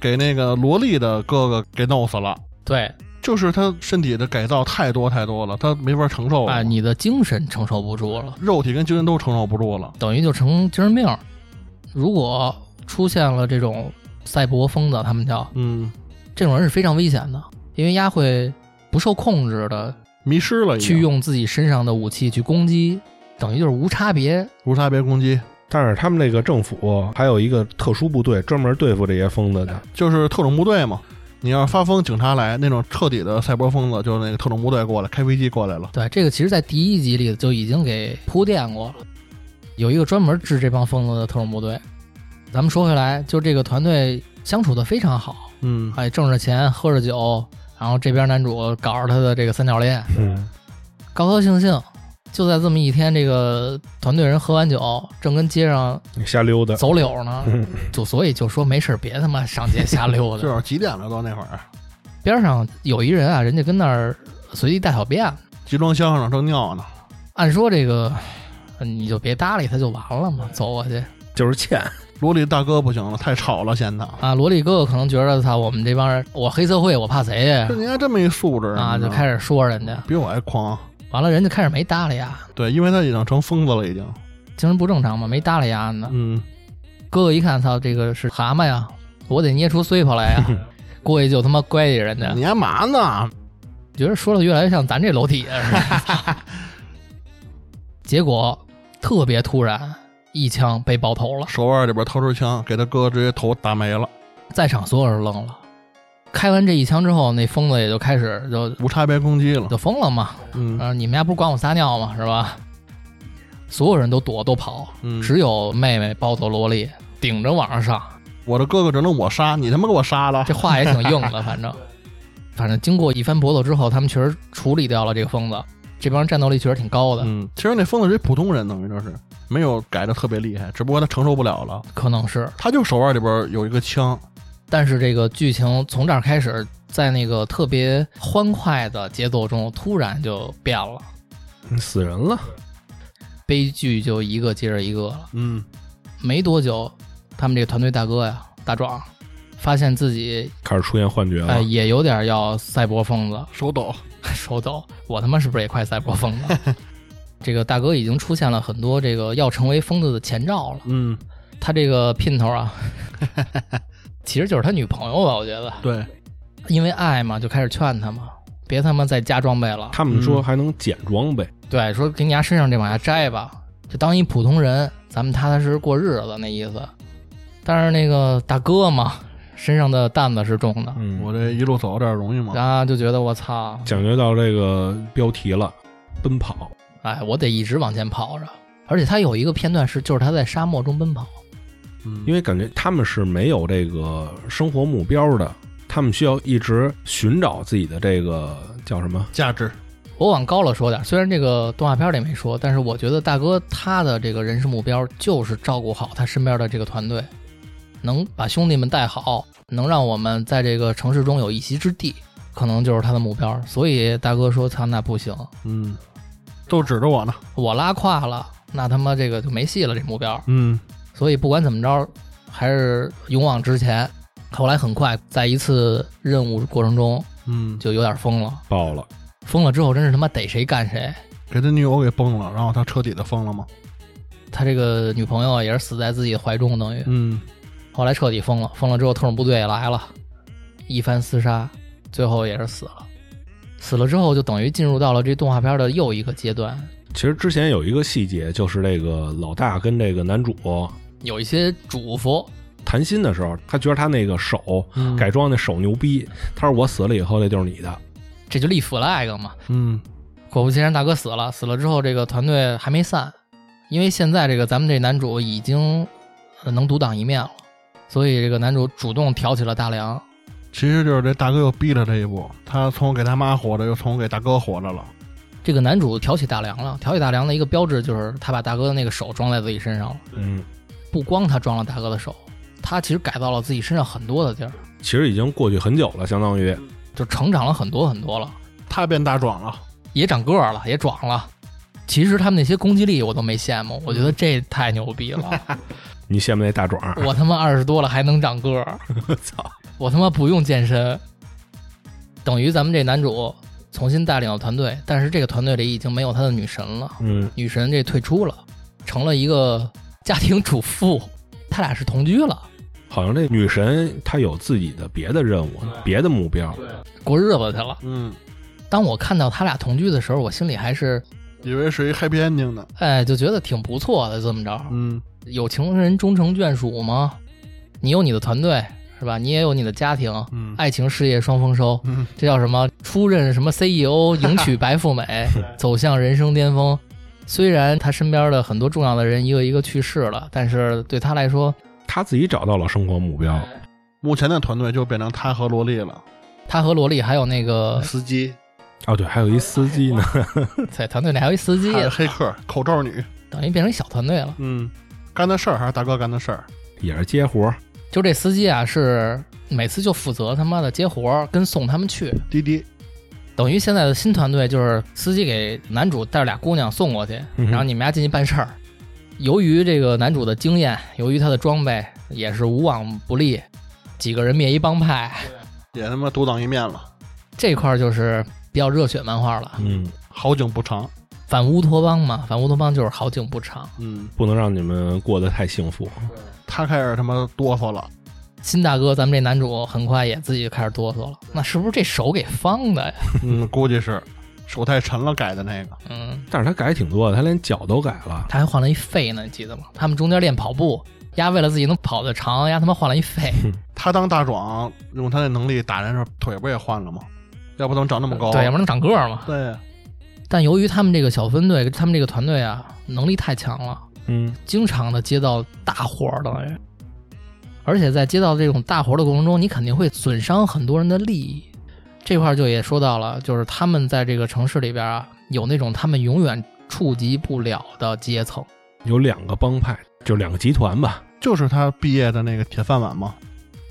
C: 给那个萝莉的哥哥给弄死了。
A: 对
C: 就是他身体的改造太多太多了，他没法承
B: 哦
C: 受了，
A: 啊，你的精神承受不住了，
C: 肉体跟精神都承受不住了。
A: 等于就成精神病儿。如果出现了这种赛博疯子，他们叫
C: 嗯，
A: 这种人是非常危险的，因为丫会不受控制的
C: 迷失了已经，
A: 去用自己身上的武器去攻击，等于就是无差别
C: 无差别攻击，
B: 但是他们那个政府还有一个特殊部队，专门对付这些疯子的。
C: 就是特种部队嘛。你要发疯，警察来那种彻底的赛博疯子，就是那个特种部队过来，开飞机过来了。
A: 对，这个其实，在第一集里就已经给铺垫过了，有一个专门治这帮疯子的特种部队。咱们说回来，就这个团队相处的非常好，
C: 嗯，
A: 哎，挣着钱，喝着酒，然后这边男主搞着他的这个三角恋，
B: 嗯，
A: 高高兴兴。就在这么一天，这个团队人喝完酒，正跟街上
B: 瞎 溜达。
A: 走柳呢
B: 嗯，
A: 就所以就说没事儿别他妈上街瞎 溜
C: 至
A: 达。
C: 少几点了？到那会儿，
A: 边上有一人啊，人家跟那儿随地大小便，
C: 集装箱上正尿呢。
A: 按说这个呃你就别搭理他就完了嘛，走过去。
B: 就是欠，
C: 萝莉大哥不行了，太吵了，嫌他。
A: 啊，萝莉哥哥可能觉得他我们这帮人，我黑社会，我怕谁呀
C: 就？人家这么一素质
A: 啊，就开
C: 始
A: 始说人家，
C: 比我还狂。
A: 完了人家开始没搭理啊，
C: 对，因为他已经成疯子了，已经。
A: 精神不正常嘛，没搭理啊呢。
C: 嗯，
A: 哥哥一看，操，这个是蛤蟆呀，我得捏出碎泡来呀，过去就他妈乖起人家，
C: 你干嘛呢？
A: 觉得说的越来越像咱这楼底下似的。 结果特别突然，一枪被爆头了，
C: 手腕里边掏出枪，给他哥直接头打没了，
A: 在场所有人愣了。开完这一枪之后，那疯子也就开始就
C: 无差别攻击了。
A: 就疯了嘛，
C: 嗯
A: 啊，你们家不是管我撒尿吗？是吧？所有人都躲都跑，
C: 嗯，
A: 只有妹妹抱走萝莉，顶着往上上。
C: 我的哥哥只能我杀，你他妈给我杀了
A: 这。话也挺硬 的，反正，反正经过一番搏斗之后，他们确实处理掉了这个疯子。这帮人战斗力确实挺高的，
C: 嗯，其实那疯子是一普通人，等于就是没有改的特别厉害，只不过他承受不了了，
A: 可能是
C: 他就手腕里边有一个枪，
A: 但是这个剧情从这儿开始，在那个特别欢快的节奏中，突然就变了，
B: 嗯死人了，
A: 悲剧就一个接着一个了。
C: 嗯
A: 没多久，他们这个团队大哥呀，大壮，发现自己
B: 开始出现幻觉了。
A: 哎也有点要赛博疯子，
C: 手抖，
A: 手抖，我他妈是不是也快赛博疯了？这个大哥已经出现了很多这个要成为疯子的前兆了。
C: 嗯，
A: 他这个姘头啊，其实就是他女朋友吧，我觉得，
C: 对，
A: 因为爱嘛，就开始劝他嘛，别他妈再加装备了。
B: 他们说还能捡装备，
A: 对，说给你家身上这往下摘吧，就当一普通人，咱们踏踏实实过日子那意思。但是那个大哥嘛，身上的担子是重的，
B: 嗯，
C: 我这一路走到这儿容易吗？
A: 然后就觉得我操，
B: 讲究到这个标题了，奔跑，
A: 哎，我得一直往前跑着。而且他有一个片段是，就是他在沙漠中奔跑，
C: 嗯，
B: 因为感觉他们是没有这个生活目标的，他们需要一直寻找自己的这个叫什么？
C: 价值，
A: 我往高了说点儿，虽然这个动画片里没说，但是我觉得大哥他的这个人生目标就是照顾好他身边的这个团队，能把兄弟们带好，能让我们在这个城市中有一席之地，可能就是他的目标。所以大哥说：“他那不行，
C: 嗯，都指着我呢，
A: 我拉胯了，那他妈这个就没戏了，这目标。
C: 嗯”
A: 所以不管怎么着，还是勇往直前。后来很快，在一次任务过程中
C: 嗯，
A: 就有点疯了，
B: 爆了，
A: 疯了之后真是他妈逮谁干谁。
C: 给他女友给崩了，然后他彻底的疯了吗？
A: 他这个女朋友啊也是死在自己的怀中，等于
C: 嗯
A: 后来彻底疯了。疯了之后，特种部队也来了，一番厮杀，最后也是死了。死了之后，就等于进入到了这动画片的又一个阶段，
B: 其实之前有一个细节，就是这个老大跟这个男主
A: 有一些嘱咐。
B: 谈心的时候，他觉得他那个手
C: 嗯，
B: 改装那手牛逼，他说我死了以后这就是你的，
A: 这就立 flag 嘛。
C: 嗯
A: 果不其然，大哥死了。死了之后，这个团队还没散，因为现在这个咱们这男主已经呃能独当一面了，所以这个男主主动挑起了大梁。
C: 其实就是这大哥又逼他这一步，他从给他妈活着，又从给大哥活着了，
A: 这个男主挑起大梁了。挑起大梁的一个标志就是他把大哥的那个手装在自己身上了。
B: 嗯，
A: 不光他装了大哥的手，他其实改造了自己身上很多的地儿，
B: 其实已经过去很久了，相当于
A: 就成长了很多很多了，
C: 他变大壮了，
A: 也长个儿了，也壮了。其实他们那些攻击力我都没羡慕，我觉得这太牛逼
B: 嗯
A: 了！
B: 你羡慕那大壮，
A: 我他妈二十多了还能长个儿，
B: 我操，
A: 我他妈不用健身，等于咱们这男主重新带领了团队，但是这个团队里已经没有他的女神了，
B: 嗯，
A: 女神这退出了，成了一个家庭主妇，他俩是同居了。
B: 好像这女神她有自己的别的任务，别的目标，
A: 过日子去了。
C: 嗯，
A: 当我看到他俩同居的时候，我心里还是
C: 以为是一 happy ending 呢，
A: 哎，就觉得挺不错的。这么着，
C: 嗯
A: 有情人终成眷属吗？你有你的团队是吧？你也有你的家庭，
C: 嗯，
A: 爱情事业双丰收，
C: 嗯
A: 这叫什么？出任什么 CEO，迎娶白富美，走向人生巅峰。虽然他身边的很多重要的人一个一个去世了，但是对他来说，
B: 她自己找到了生活目标，
C: 目前的团队就变成他和萝莉了，
A: 他和萝莉还有那 个
C: 呃嗯司机，
B: 哦对，还有一司机呢，
A: 在团队里还有一司机，
C: 还有黑客，口罩女，
A: 等于变成一小团队了。
C: 嗯，干的事儿还是大哥干的事儿，
B: 也是接活儿，
A: 就这司机啊，是每次就负责他妈的接活儿跟送他们去，
C: 滴滴，
A: 等于现在的新团队就是司机给男主带着俩姑娘送过去，
B: 嗯哼
A: 然后你们俩进去办事儿。由于这个男主的经验，由于他的装备也是无往不利，几个人灭一帮派，
C: 也他妈独当一面了，
A: 这块儿就是比较热血漫画了。
B: 嗯，
C: 好景不长，
A: 反乌托邦嘛，反乌托邦就是好景不长。
C: 嗯，
B: 不能让你们过得太幸福，
C: 他开始他妈哆嗦了，
A: 新大哥，咱们这男主很快也自己就开始哆嗦了，那是不是这手给放的呀？
C: 嗯，估计是手太沉了改的那个，
A: 嗯，
B: 但是她改挺多的，她连脚都改了，
A: 他还换了一肺呢，你记得吗？他们中间练跑步，丫为了自己能跑得长，丫他妈换了一肺。
C: 他当大壮用他那能力打人时候腿不也换了吗？要不怎么长那么高？
A: 对，要不然能长个儿嘛。
C: 对呀，
A: 但由于他们这个小分队，他们这个团队啊，能力太强了，
B: 嗯，
A: 经常的接到大活儿，等于，而且在接到这种大活儿的过程中，你肯定会损伤很多人的利益。这块儿就也说到了，就是他们在这个城市里边啊，有那种他们永远触及不了的阶层。
B: 有两个帮派，就两个集团吧，
C: 就是他毕业的那个铁饭碗嘛，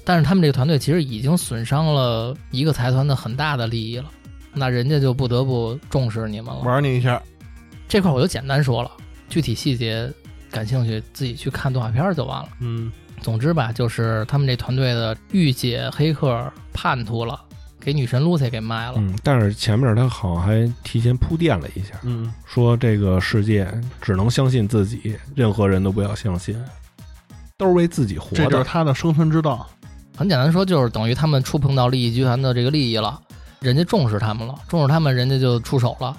A: 但是他们这个团队其实已经损伤了一个财团的很大的利益了，那人家就不得不重视你们了。
C: 玩你一下，
A: 这块我就简单说了，具体细节感兴趣自己去看动画片儿就完了。
C: 嗯，
A: 总之吧，就是他们这团队的御姐、黑客、叛徒了，给女神 Lucy 给卖了。
B: 嗯，但是前面他好像还提前铺垫了一下，
C: 嗯，
B: 说这个世界只能相信自己，任何人都不要相信，都是为自己活
C: 这就是
B: 的。
C: 他的生存之道。
A: 很简单说，就是等于他们触碰到利益集团的这个利益了，人家重视他们了，重视他们，人家就出手了。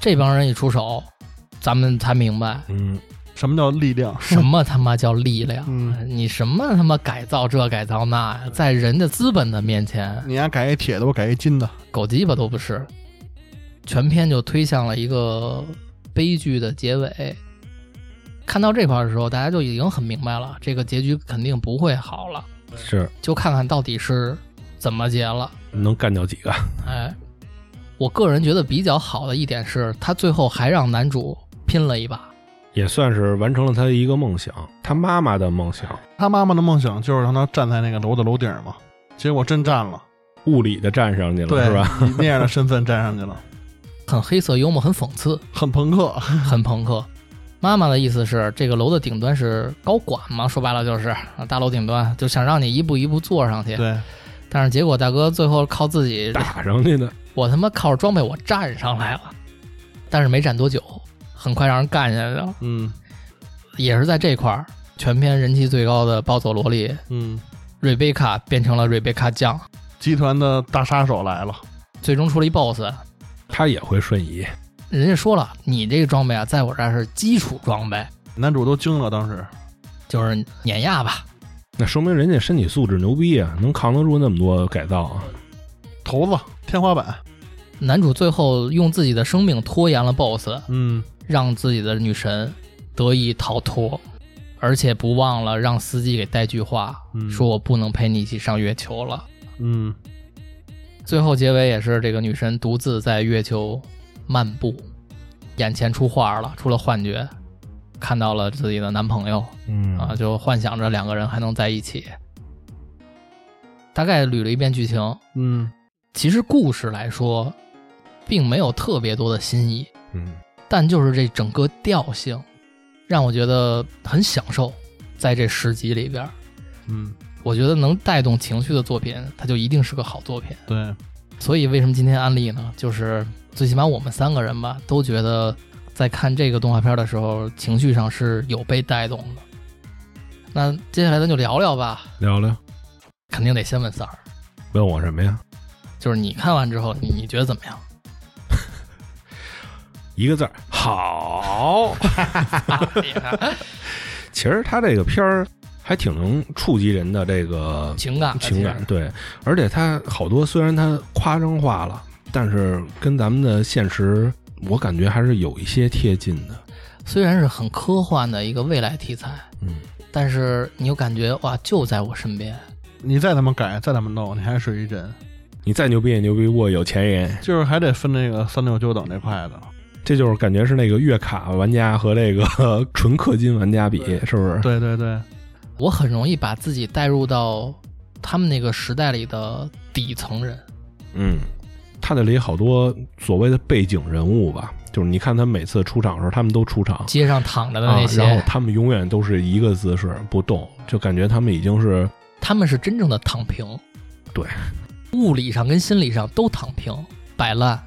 A: 这帮人一出手，咱们才明白
B: 嗯，
C: 什么叫力量？
A: 什么他妈叫力量。啊
C: 嗯，
A: 你什么他妈改造这改造那呀，在人家资本的面前，
C: 你丫改一铁的，我改一金的。
A: 狗鸡巴都不是。全篇就推向了一个悲剧的结尾。看到这块儿的时候，大家就已经很明白了，这个结局肯定不会好了，
B: 是
A: 就看看到底是怎么结了。
B: 能干掉几个？
A: 哎，我个人觉得比较好的一点是，他最后还让男主拼了一把。
B: 也算是完成了他的一个梦想，他妈妈的梦想，
C: 他妈妈的梦想就是让他站在那个楼的楼顶嘛，结果真站了，
B: 物理的站上去了，
C: 对
B: 是吧？？
C: 以那样的身份站上去了，
A: 很黑色幽默，很讽刺，
C: 很朋 克。
A: 很朋克。妈妈的意思是，这个楼的顶端是高管嘛，说白了就是啊大楼顶端，就想让你一步一步坐上去。
C: 对，
A: 但是结果大哥最后靠自己，
B: 打上去的，
A: 我他妈靠着装备我站上来了，但是没站多久，很快让人干下去了。
C: 嗯
A: 也是在这块儿，全片人气最高的暴走萝莉
C: 嗯，
A: 瑞贝卡变成了瑞贝卡酱，
C: 集团的大杀手来了，
A: 最终出了一 BOSS。
B: 他也会瞬移。
A: 人家说了，你这个装备啊，在我这儿是基础装备，
C: 男主都惊了，当时
A: 就是碾压吧。
B: 那说明人家身体素质牛逼啊，能扛得住那么多改造啊。
C: 头子天花板。
A: 男主最后用自己的生命拖延了 BOSS，
C: 嗯，
A: 让自己的女神得以逃脱，而且不忘了让司机给带句话，
C: 嗯
A: 说我不能陪你一起上月球了。
C: 嗯，
A: 最后结尾也是这个女神独自在月球漫步，眼前出画了，出了幻觉，看到了自己的男朋友，
B: 嗯
A: 啊，就幻想着两个人还能在一起。大概捋了一遍剧情，
C: 嗯，
A: 其实故事来说，并没有特别多的新意，
B: 嗯，
A: 但就是这整个调性，让我觉得很享受。在这十集里边儿，
C: 嗯，
A: 我觉得能带动情绪的作品，它就一定是个好作品。
C: 对，
A: 所以为什么今天安利呢？就是最起码我们三个人吧，都觉得在看这个动画片的时候，情绪上是有被带动的。那接下来咱就聊聊吧，
B: 聊聊，
A: 肯定得先问三儿，
B: 问我什么呀？
A: 就是你看完之后，你你觉得怎么样？
B: 一个字儿好。其实他这个片儿还挺能触及人的这 个
A: 情感吧
B: 情感，，对，而且他好多虽然他夸张化了，但是跟咱们的现实，我感觉还是有一些贴近的。
A: 其实虽然是很科幻的一个未来题材，
B: 嗯，
A: 但是你又感觉哇，就在我身边。
C: 你再他妈改，再他妈弄，你还是一人，
B: 你再牛逼也牛逼不过有钱人，
C: 就是还得分那个三六九等这块的。
B: 这就是感觉是那个月卡玩家和这个 纯氪金玩家比，是不是？
C: 对对对，
A: 我很容易把自己带入到他们那个时代里的底层人。
B: 嗯，他这里好多所谓的背景人物吧，就是你看他每次出场的时候，他们都出场。
A: 街上躺着的
B: 啊
A: 嗯那，些，
B: 然后他们永远都是一个姿势不动，就感觉他们已经是
A: 他们是真正的躺平，
B: 对，
A: 物理上跟心理上都躺平，摆烂。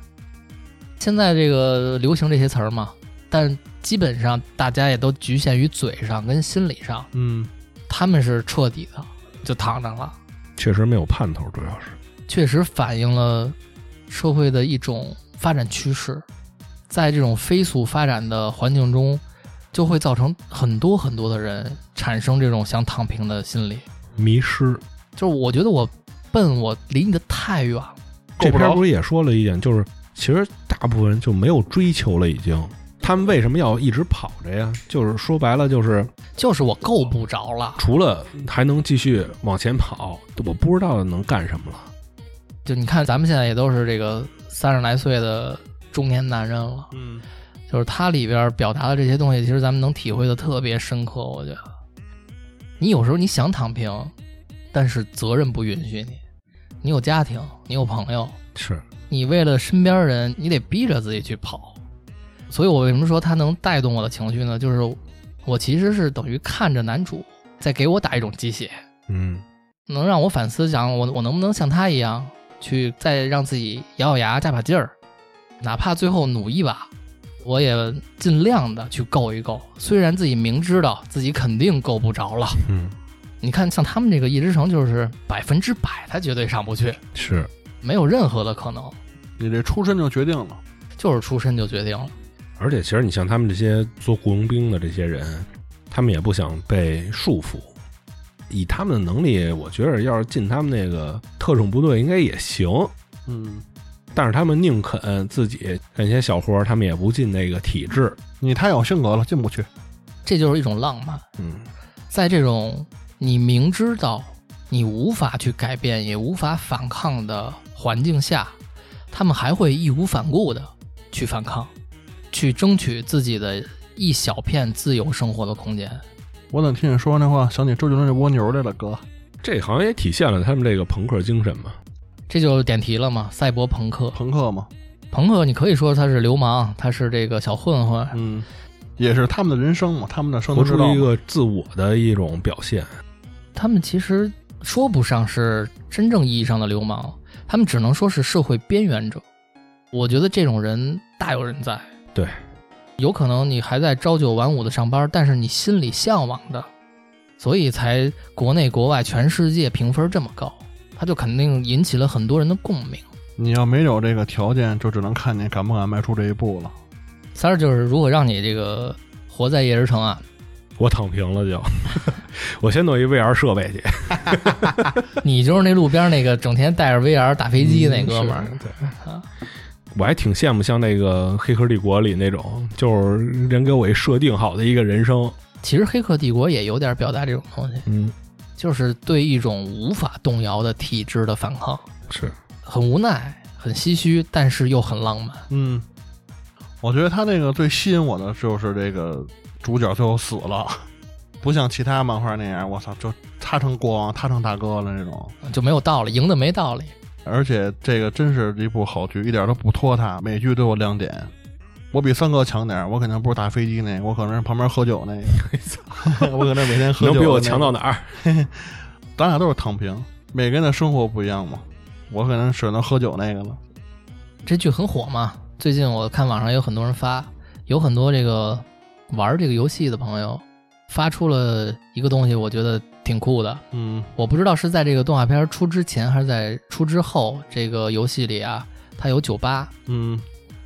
A: 现在这个流行这些词儿嘛，但基本上大家也都局限于嘴上跟心理上，
C: 嗯，
A: 他们是彻底的就躺着了，
B: 确实没有盼头，主要是。
A: 确实反映了社会的一种发展趋势，在这种飞速发展的环境中，就会造成很多很多的人产生这种想躺平的心理。
B: 迷失。
A: 就是我觉得我笨，我离你的太远了。
B: 这
C: 够不
B: 篇
C: 着
B: 不是也说了一点，就是其实大部分人就没有追求了，已经。他们为什么要一直跑着呀？就是说白了，就是
A: 就是我够不着了，
B: 除了还能继续往前跑，我不知道能干什么了。
A: 就你看咱们现在也都是这个三十来岁的中年男人了，
C: 嗯，
A: 就是它里边表达的这些东西，其实咱们能体会的特别深刻。我觉得，你有时候你想躺平，但是责任不允许你，你有家庭，你有朋友，
B: 是
A: 你为了身边人，你得逼着自己去跑。所以我为什么说它能带动我的情绪呢？就是我其实是等于看着男主在给我打一种鸡血，
B: 嗯
A: 能让我反思，想我我能不能像他一样，去再让自己咬咬牙加把劲儿，哪怕最后努一把，我也尽量的去够一够。虽然自己明知道自己肯定够不着了，
B: 嗯
A: 你看像他们这个一之城就是百分之百，他绝对上不去，
B: 是
A: 没有任何的可能，
C: 你这出身就决定了。
A: 就是出身就决定了。
B: 而且其实你像他们这些做雇佣兵的这些人，他们也不想被束缚。以他们的能力，我觉得要是进他们那个特种部队应该也行，
C: 嗯，
B: 但是他们宁肯自己干一些小活儿，他们也不进那个体制。
C: 你太有性格了，进不去。
A: 这就是一种浪漫，
B: 嗯，
A: 在这种你明知道你无法去改变，也无法反抗的环境下，他们还会义无反顾的去反抗，去争取自己的一小片自由生活的空间。
C: 我怎么听你说那话，想起周杰伦那蜗牛来了，哥？
B: 这好像也体现了他们这个朋克精神嘛。
A: 这就是点题了嘛，赛博朋克。
C: 朋克嘛，
A: 朋克，你可以说他是流氓，他是这个小混混，
C: 嗯，也是他们的人生嘛，他们的生
B: 活
C: 存之
B: 出
C: 道
B: 一
C: 嘛。
B: 个自我的一种表现。
A: 他们其实说不上是真正意义上的流氓，他们只能说是社会边缘者。我觉得这种人大有人在。
B: 对，
A: 有可能你还在朝九晚五的上班，但是你心里向往的，所以才国内国外全世界评分这么高，他就肯定引起了很多人的共鸣。
C: 你要没有这个条件，就只能看你敢不敢迈出这一步了。
A: 三儿就是，如果让你这个活在夜之城 啊，
B: 我躺平了就，我先弄一 VR 设备去。
A: 你就是那路边那个整天带着 VR 打飞
C: 嗯
A: 机那哥们儿，啊
B: 嗯是对我还挺羡慕像那个《黑客帝国》里那种，就是人给我一设定好的一个人生。
A: 其实《黑客帝国》也有点表达这种东西，
B: 嗯，
A: 就是对一种无法动摇的体制的反抗，
B: 是
A: 很无奈，很唏嘘，但是又很浪漫。
C: 嗯，我觉得他那个最吸引我的就是这个主角最后死了， 不像其他漫画那样，我操，就他成国王，他成大哥了那种。
A: 就没有道理，赢的没道理。
C: 而且这个真是一部好剧，一点都不拖沓，每剧都有亮点。我比三哥强点儿，我肯定不是打飞机那个，我可能是旁边喝酒那 个，我可能每天喝
B: 能
C: 酒。
B: 比我强到？哪儿？
C: 咱俩都是躺平，每个人的生活不一样嘛。我可能只能喝酒那个了。
A: 这剧很火嘛，最近我看网上有很多人发，有很多这个玩这个游戏的朋友发出了一个东西，我觉得挺酷的。
C: 嗯
A: 我不知道是在这个动画片出之前还是在出之后，这个游戏里啊，它有酒吧，
C: 嗯，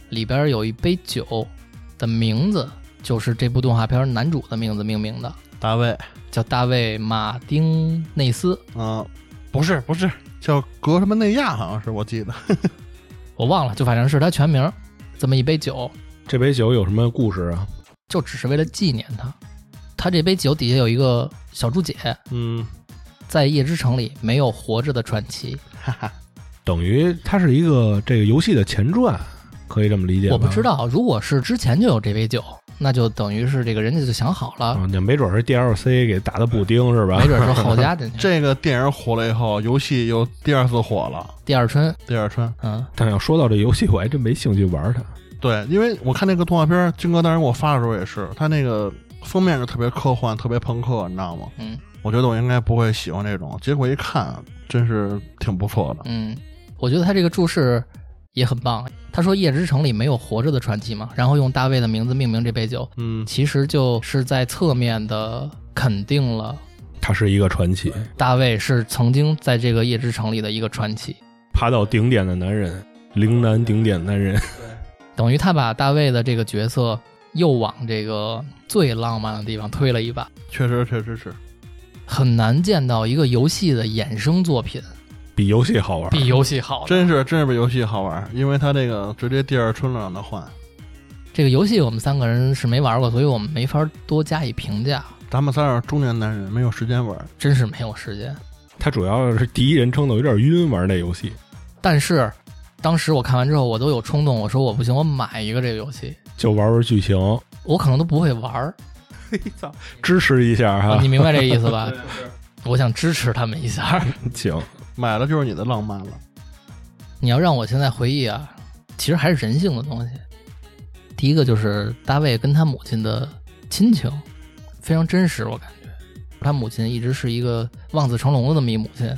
A: 里边有一杯酒的名字就是这部动画片男主的名字命名的，
C: 大卫，
A: 叫大卫·马丁内斯。
C: 嗯、不是不是，叫格什么内亚，好像是我记得。
A: 我忘了，就反正是他全名。这么一杯酒，
B: 这杯酒有什么故事啊？
A: 就只是为了纪念他。他这杯酒底下有一个小注解，
C: 嗯，
A: 在夜之城里没有活着的传奇。
C: 哈哈，
B: 等于它是一个这个游戏的前传，可以这么理解吧？
A: 我不知道，如果是之前就有这杯酒，那就等于是这个人家就想好了，
B: 啊，也没准是 DLC 给打的补丁是吧
C: 嗯
A: 没？准是后加 进去
C: 这个电影火了以后，游戏又第二次火了。
A: 第二春。
C: 第二春，
A: 嗯，
B: 但要说到这游戏，我还真没兴趣玩它。
C: 对，因为我看那个动画片儿，金哥当时给我发的时候也是，他那个封面就特别科幻，特别朋克，你知道吗？
A: 嗯，
C: 我觉得我应该不会喜欢这种，结果一看，真是挺不错的。
A: 嗯，我觉得他这个注释也很棒。他说夜之城里没有活着的传奇嘛，然后用大卫的名字命名这杯酒，
C: 嗯，
A: 其实就是在侧面的肯定了
B: 它是一个传奇，
A: 大卫是曾经在这个夜之城里的一个传奇，
B: 爬到顶点的男人，陵南顶点男人。
A: 等于他把大卫的这个角色又往这个最浪漫的地方推了一把。
C: 确实，确实是。
A: 很难见到一个游戏的衍生作品
B: 比游戏好玩。
A: 比游戏好的。
C: 真是真是比游戏好玩儿，因为它这个直接第二春了让它换。
A: 这个游戏我们三个人是没玩过，所以我们没法多加以评价，
C: 咱们仨是中年男人，没有时间玩儿。
A: 真是没有时间。
B: 它主要是第一人称的，有点晕玩那游戏。
A: 但是当时我看完之后，我都有冲动，我说我不行，我买一个这个游戏，
B: 就玩玩剧情，
A: 我可能都不会玩儿、
B: 支持一下哈。
A: 哦你明白这意思吧？我想支持他们一下 儿。
B: 请
C: 买了就是你的浪漫了。
A: 你要让我现在回忆啊，其实还是人性的东西。第一个就是大卫跟他母亲的亲情，非常真实，我感觉他母亲一直是一个望子成龙的这么一母亲，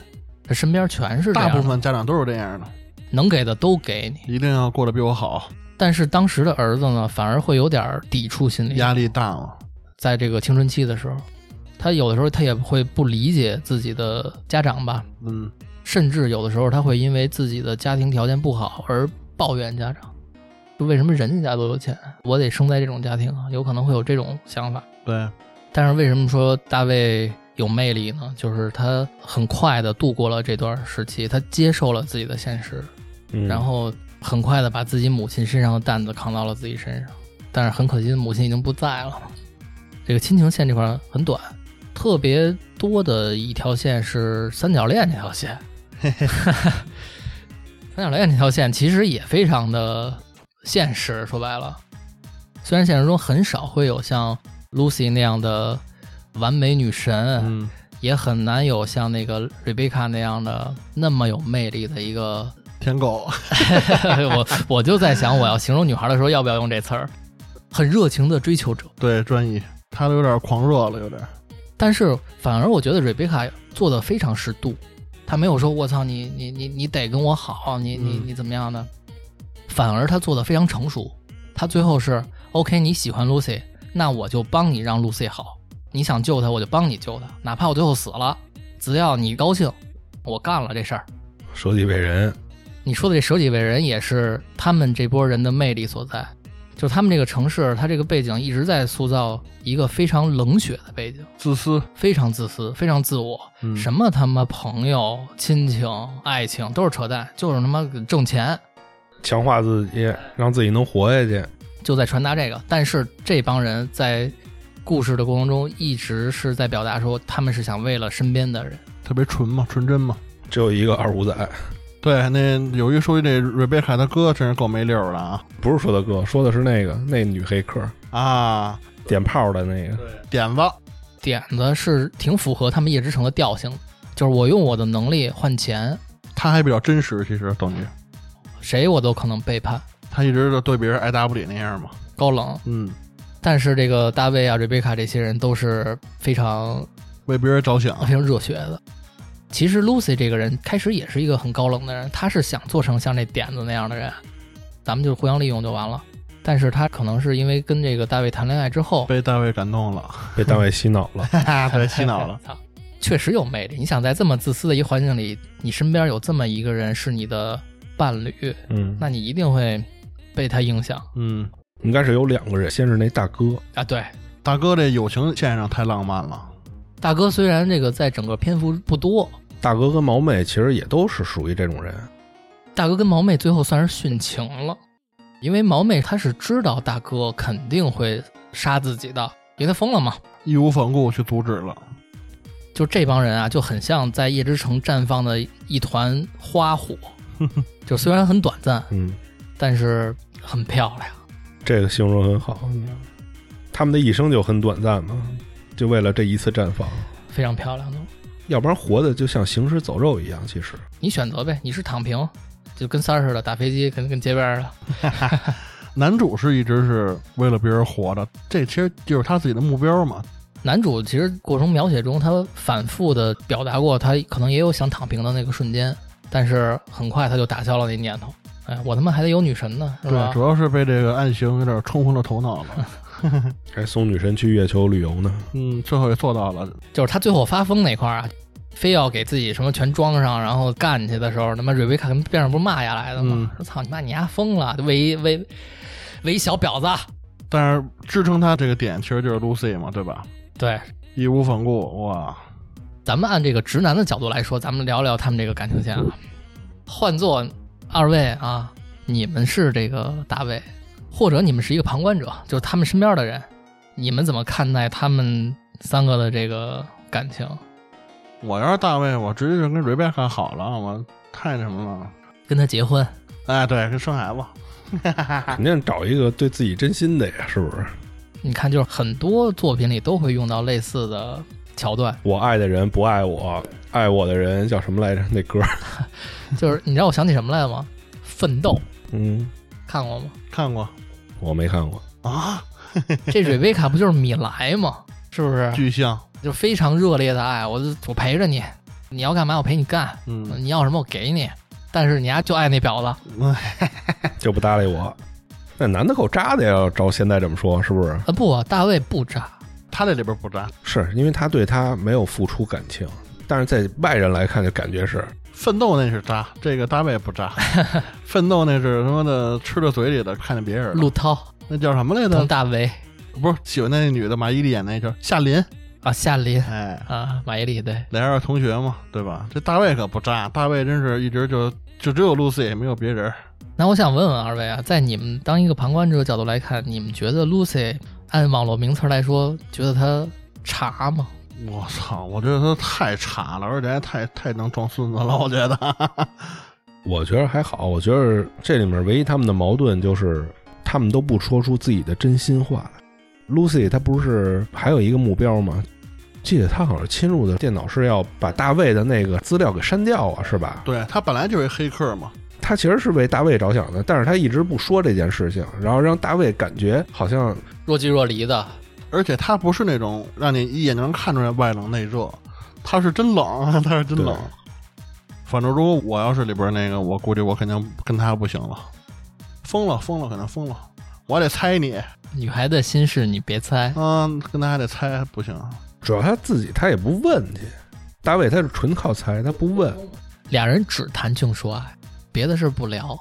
A: 他身边全是这
C: 大
A: 样的
C: 部分家长都是这样的，
A: 能给的都给你。
C: 一定要过得比我好，
A: 但是当时的儿子呢，反而会有点儿抵触心理，
C: 压力大嘛。
A: 在这个青春期的时候，他有的时候他也会不理解自己的家长吧，
C: 嗯，
A: 甚至有的时候他会因为自己的家庭条件不好而抱怨家长，就为什么人家家都有钱，我得生在这种家庭啊，有可能会有这种想法。
C: 对，
A: 但是为什么说大卫有魅力呢？就是他很快的度过了这段时期，他接受了自己的现实，
B: 嗯
A: 然后很快的把自己母亲身上的担子扛到了自己身上。但是很可惜，母亲已经不在了。这个亲情线这块儿很短，特别多的一条线是三角恋这条线。三角恋这条线其实也非常的现实，说白了，虽然现实中很少会有像 Lucy 那样的完美女神，
C: 嗯，
A: 也很难有像那个 Rebecca 那样的那么有魅力的一个
C: 舔狗，
A: 我我就在想，我要形容女孩的时候，要不要用这词儿？很热情的追求者，
C: 对，专一，他都有点狂热了，有点。
A: 但是反而我觉得瑞贝卡做的非常适度，她没有说“我操你你你你得跟我好，你你
C: 嗯
A: 你怎么样的”，反而她做的非常成熟。她最后是 “OK，你喜欢 Lucy，那我就帮你让 Lucy 好，你想救她，我就帮你救她，哪怕我最后死了，只要你高兴，我干了这事儿。”
B: 舍己为人，
A: 你说的这舍己为人也是他们这波人的魅力所在，就是他们这个城市，它这个背景一直在塑造一个非常冷血的背景，
C: 自私，
A: 非常自私，非常自我，
C: 嗯，
A: 什么他妈朋友、亲情、爱情都是扯淡，就是他妈挣钱，
B: 强化自己，让自己能活下去。
A: 就在传达这个。但是这帮人在故事的过程中，一直是在表达说他们是想为了身边的人。
C: 特别纯嘛，纯真嘛。
B: 只有一个二五仔，
C: 对，那有一说一，这瑞贝卡他哥真是够没溜儿的啊
B: 不是说的哥，说的是那个那女黑客
C: 啊！
B: 点炮的那个。
C: 点子，
A: 点子是挺符合他们叶之城的调性的，就是我用我的能力换钱，
C: 他还比较真实，其实等于
A: 谁我都可能背叛。
C: 他一直都对别人爱答不理那样嘛。
A: 高冷，
C: 嗯，
A: 但是这个大卫啊、瑞贝卡这些人都是非常
C: 为别人着想，
A: 非常热血的。其实 Lucy 这个人开始也是一个很高冷的人，她是想做成像这点子那样的人，咱们就互相利用就完了。但是她可能是因为跟这个大卫谈恋爱之后，。
C: 被大卫感动了， ，
B: 被单位洗脑了
C: 哈哈，被洗脑了
A: 操，哎确实有魅力。你想在这么自私的一环境里，你身边有这么一个人是你的伴侣，
B: 嗯，
A: 那你一定会被他影响
C: 嗯，
B: 应该是有两个人，先是那大哥，
A: 啊。对，
C: 大哥这友情线上太浪漫了。
A: 大哥虽然这个在整个篇幅不多，
B: 大哥跟毛妹其实也都是属于这种人，
A: 大哥跟毛妹最后算是殉情了，因为毛妹她是知道大哥肯定会杀自己的，因为他疯了嘛。
C: 义无反顾去阻止了，
A: 就这帮人啊，就很像在夜之城绽放的一团花火，就虽然很短暂，
B: 嗯，
A: 但是很漂亮。
B: 这个形容很好。
A: 嗯
B: 他们的一生就很短暂嘛，就为了这一次绽放，
A: 非常漂亮的，
B: 要不然活的就像行尸走肉一样。其实
A: 你选择呗，你是躺平，就跟三儿似的打飞机，跟跟街边儿似的。
C: 男主是一直是为了别人活的，这其实就是他自己的目标嘛。
A: 男主其实过程描写中，他反复的表达过，他可能也有想躺平的那个瞬间，但是很快他就打消了那念头。哎，我他妈还得有女神呢，是吧
C: 对，？主要是被这个暗行有点冲昏了头脑了。
B: 还送女神去月球旅游呢，
C: 嗯，最后也做到了。
A: 就是他最后发疯那块儿啊，非要给自己什么全装上，然后干去的时候，他妈瑞贝卡跟边上不是骂下来的吗？
C: 嗯
A: 说操你妈，你丫疯了，就为一为为一小婊子。
C: 但是支撑他这个点其实就是 Lucy 嘛，对吧？
A: 对，
C: 义无反顾，哇，
A: 咱们按这个直男的角度来说，咱们聊聊他们这个感情线啊。换做二位啊，你们是这个大卫，或者你们是一个旁观者，就是他们身边的人，你们怎么看待他们三个的这个感情？
C: 我要是大卫，我直接就跟 Rebecca 好了，我太那什么了。
A: 跟他结婚，
C: 哎，对，跟生孩子，
B: 肯定找一个对自己真心的呀，是不是？
A: 你看，就是很多作品里都会用到类似的桥段，
B: 我爱的人不爱我，爱我的人叫什么来着？那歌儿，
A: 就是你知道我想起什么来了吗？奋斗，
B: 嗯，
A: 看过吗？
C: 看过
B: 我没看过。
C: 啊，
A: 这瑞贝卡不就是米莱吗？ 是不是？
C: 巨像，
A: 就非常热烈的爱，我就我陪着你，你要干嘛我陪你干，
C: 嗯，
A: 你要什么我给你，但是你丫就爱那婊子。
C: 哎，
B: 就不搭理我。那男的够渣的呀！要照现在这么说，是不是？
A: 啊不，大卫不渣，
C: 他这里边不渣，
B: 是因为他对他没有付出感情，但是在外人来看就感觉是
C: 奋斗那是渣，这个大卫不渣，奋斗那是他妈的吃到嘴里的，看见别人了，
A: 陆涛、
C: 那叫什么来
A: 佟
C: 着？
A: 大为
C: 不是喜欢那女的，马伊琍演那叫夏琳，
A: 啊、夏琳
C: 哎，
A: 啊、马伊琍对，
C: 俩人是同学嘛，对吧？这大卫可不渣，大卫真是一直就就只有露丝，也没有别人。
A: 那我想问问二位啊，在你们当一个旁观者的角度来看，你们觉得 Lucy 按网络名词来说，觉得她茶吗？
C: 我操！我觉得他太差了，而且还太太能装孙子了。 我觉得，
B: 我觉得还好，我觉得这里面唯一他们的矛盾就是他们都不说出自己的真心话来。Lucy 她不是还有一个目标吗？记得她好像侵入的电脑是要把大卫的那个资料给删掉啊，是吧？
C: 对他本来就是一黑客嘛，
B: 她其实是为大卫着想的，但是她一直不说这件事情，然后让大卫感觉好像
A: 若即若离的，
C: 而且他不是那种让你一眼就能看出来外冷内热，他是真冷，他是真冷
B: 对。
C: 反正如果我要是里边那个，我估计我肯定跟他不行了，疯了疯了，可能疯了。我还得猜你，
A: 女孩的心事你别猜。
C: 嗯，跟他还得猜，不行。
B: 主要他自己他也不问去，大卫他是纯靠猜，他不问。
A: 俩人只谈情说爱，别的事不聊，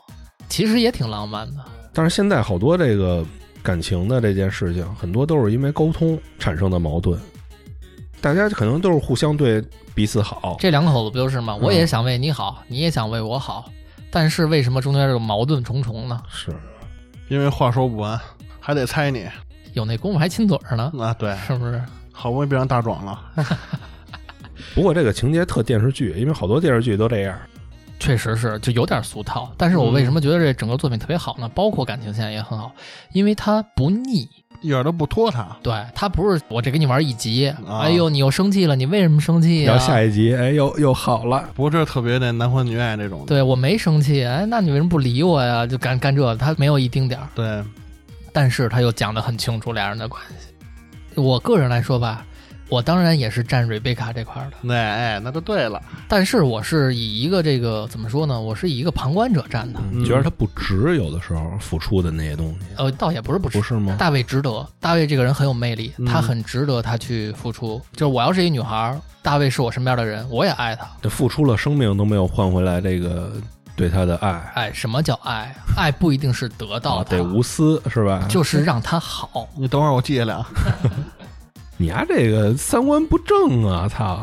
A: 其实也挺浪漫的。
B: 但是现在好多这个感情的这件事情，很多都是因为沟通产生的矛盾，大家可能都是互相对彼此好。
A: 这两口子不就是吗？
B: 嗯
A: 我也想为你好，你也想为我好，但是为什么中间这个矛盾重重呢？
B: 是，
C: 因为话说不完，还得猜你
A: 有那功夫还亲嘴儿呢，
C: 啊！对，
A: 是不是？
C: 好不容易变成大壮了，
B: 不过这个情节特电视剧，因为好多电视剧都这样。
A: 确实是，就有点俗套。但是我为什
C: 嗯
A: 么觉得这整个作品特别好呢？包括感情线也很好，因为它不腻。
C: 一点都不拖沓。
A: 对，它不是我这给你玩一集，
C: 啊
A: 哎呦，你又生气了，你为什么生气呀、
B: 然后下一集，哎，又又好了。
C: 不是特别那男欢女爱那种的。
A: 对我没生气，哎，那你为什么不理我呀？就干干这，他没有一丁点儿。
C: 对，
A: 但是他又讲得很清楚俩人的关系。我个人来说吧，我当然也是站瑞贝卡这块儿的，
C: 那哎，那就对了。
A: 但是我是以一个这个怎么说呢？我是以一个旁观者站
C: 嗯
A: 的。
B: 你觉得他不值？有的时候付出的那些东西，
A: 呃，倒也不是不值
B: 不，是吗？
A: 大卫值得，大卫这个人很有魅力，
C: 嗯
A: 他很值得他去付出。就是我要是一女孩儿，大卫是我身边的人，我也爱他。
B: 这付出了生命都没有换回来这个对他的爱，
A: 爱哎什么叫爱？爱不一定是得到
C: 哦
B: 啊，
A: 他，
B: 得无私是吧？
A: 就是让他好。
C: 你等会儿我记下来啊。
B: 你丫、这个三观不正啊！操，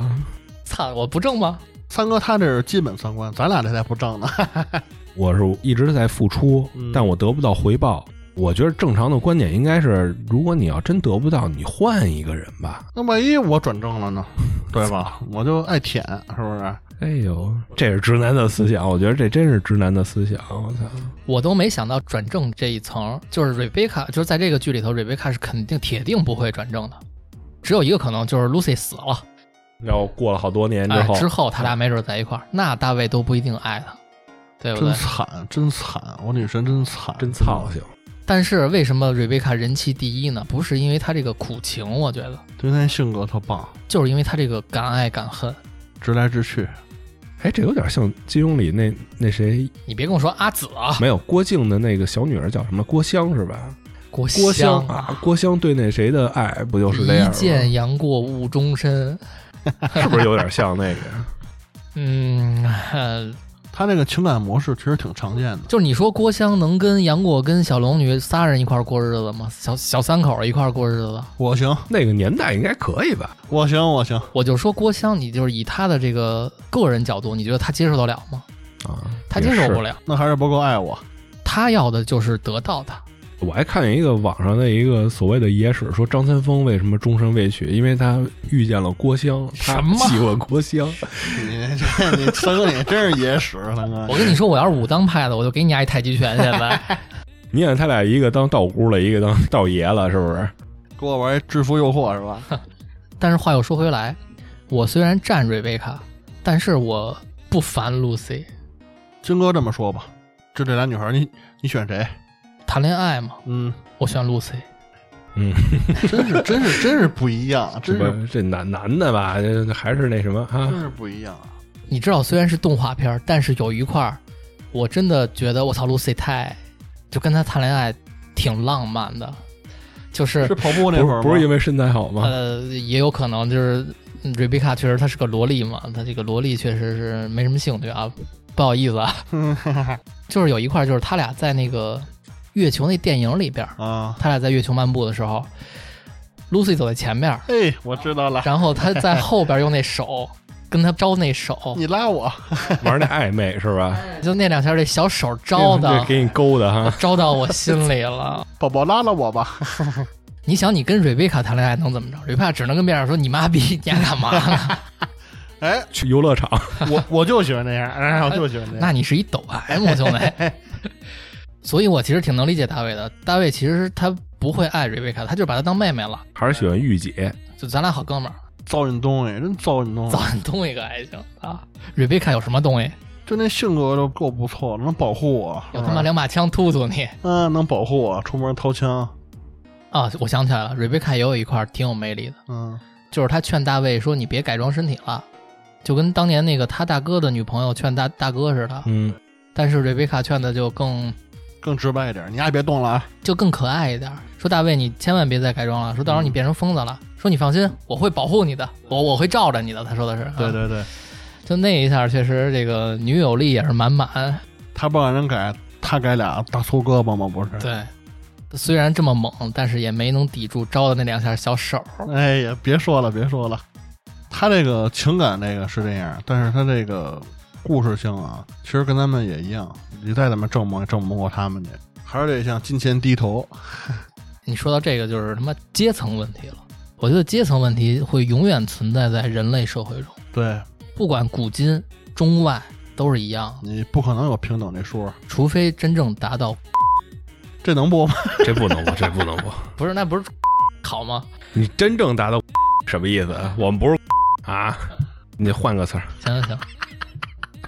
A: 操，我不正吗？
C: 三哥他这是基本三观，咱俩这才不正呢。
B: 我是一直在付出
C: 嗯，
B: 但我得不到回报。我觉得正常的观点应该是，如果你要真得不到，你换一个人吧。
C: 那万一我转正了呢？对吧？我就爱舔，是不是？
B: 哎呦，这是直男的思想，我觉得这真是直男的思想。我操，
A: 我都没想到转正这一层，就是瑞贝卡，就是在这个剧里头，瑞贝卡是肯定铁定不会转正的，只有一个可能就是 Lucy 死了，
B: 然后过了好多年之
A: 哎
B: 后，，
A: 之后他俩没准在一块儿，那大卫都不一定爱他，对不
C: 嗯真
A: 对？
C: 惨，真惨，我女神真惨，
B: 真操性。
A: 但是为什么瑞贝卡人气第一呢？不是因为她这个苦情，我觉得
C: 对那性格特棒，
A: 就是因为她这个敢爱敢恨。
C: 直来直去。
B: 哎，这有点像金庸里那那谁
A: 你别跟我说阿紫啊，
B: 没有郭靖的那个小女儿叫什么郭襄是吧？
A: 郭
B: 郭襄
A: 襄
B: 啊，郭襄对那谁的爱不就是这样啊
A: 一
B: 吗？
A: 见杨过误终身。
B: 是不是有点像那个？
A: 嗯，呃
C: 他那个情感模式其实挺常见的。
A: 就是你说郭襄能跟杨过、跟小龙女仨人一块儿过日子吗？小小三口一块儿过日子，
C: 我行，
B: 那个年代应该可以吧？
C: 我行，我行。
A: 我就说郭襄，你就是以她的这个个人角度，你觉得她接受得了吗？
B: 啊，
A: 她接受
B: 也是
A: 不了，
C: 那还是不够爱我。
A: 她要的就是得到她。
B: 我还看见一个网上的一个所谓的野史，说张三丰为什么终身未娶，因为他遇见了郭襄，他
A: 什么
B: 喜欢郭襄，
C: 你这你三哥你真是野史，啊三哥。
A: 我跟你说，我要是武当派的，我就给你挨太极拳。现 在
B: 你想他俩一个当道姑了，一个当道爷了，是不是？
C: 给我玩一制服诱惑是吧？
A: 但是话又说回来，我虽然站瑞贝卡，但是我不烦 Lucy。
C: 金哥这么说吧，就这俩女孩，你你选谁？
A: 谈恋爱嘛，
C: 嗯，
A: 我选 Lucy。
C: 真是真是真是不一样，真是嗯
B: 这男男的吧，这这还是那什么啊
C: 真？是不一样。
A: 你知道，虽然是动画片儿，但是有一块儿，我真的觉得我操，Lucy 太就跟他谈恋爱挺浪漫的，就是
C: 是跑步那
B: 不
C: 会儿
B: 是不是因
C: 为
B: 为身材好吗？
A: 呃，也有可能就是嗯瑞贝卡确实她是个萝莉嘛，她这个萝莉确实是没什么兴趣啊，不好意思啊，就是有一块儿就是他俩在那个月球那电影里边儿，
C: 啊？
A: 他俩在月球漫步的时候，Lucy 走在前面儿，
C: 哎，我知道了，
A: 然后他在后边儿用那手跟他招那手，
C: 你拉我，
B: 玩那暧昧是吧？
A: 就那两下这小手招
B: 这
A: 的，
B: 给你勾的哈，
A: 招到我心里了。
C: 宝宝拉拉我吧。
A: 你想，你跟瑞贝卡谈恋爱能怎么着？瑞贝卡只能跟边上说：“你妈逼， 你还干嘛 呢
C: 哎，
B: 去游乐场。
C: 我我就喜欢这样，哎，我就喜欢？”这样。
A: 那你是一抖 M 兄弟。所以，我其实挺能理解大卫的。大卫其实他不会爱瑞贝卡，他就把她当妹妹了，
B: 还是喜欢御姐，
A: 就咱俩好哥们儿，
C: 糟践东西，真糟践东西
A: 早。晚动一个爱情啊。瑞贝卡有什么东西？
C: 就那性格都够不错，能保护我。
A: 有他妈两把枪突突你
C: 嗯，能保护我，出门掏枪。
A: 啊！我想起来了，瑞贝卡也有一块儿挺有魅力的，
C: 嗯，
A: 就是他劝大卫说：“你别改装身体了。”就跟当年那个他大哥的女朋友劝大大哥似的，
B: 嗯，
A: 但是瑞贝卡劝的就更
C: 更直白一点，你丫别动了啊！
A: 就更可爱一点儿，说大卫你千万别再改装了，说到时候你变成疯子了，说你放心，我会保护你的，我我会罩着你的。他说的是，啊
C: 对，对对，
A: 就那一下确实这个女友力也是满满。
C: 他不让人改，他改俩大粗胳膊吗？不是？
A: 对，虽然这么猛，但是也没能抵住招的那两下小手。
C: 哎呀，别说了，别说了，他这个情感这个是这样，但是他这个故事性啊，其实跟咱们也一样，你再怎么正蒙也正不过他们去，还是得向金钱低头。
A: 你说到这个，就是他妈阶层问题了。我觉得阶层问题会永远存在在人类社会中，
C: 对
A: 不管古今中外都是一样的，
C: 你不可能有平等这说，
A: 除非真正达到
C: 这能播吗？
B: 这不能播， 这不能播。
A: 不是那不是 好吗？
B: 你真正达到 什么意思？我们不是 啊，你换个词儿。
A: 行行行，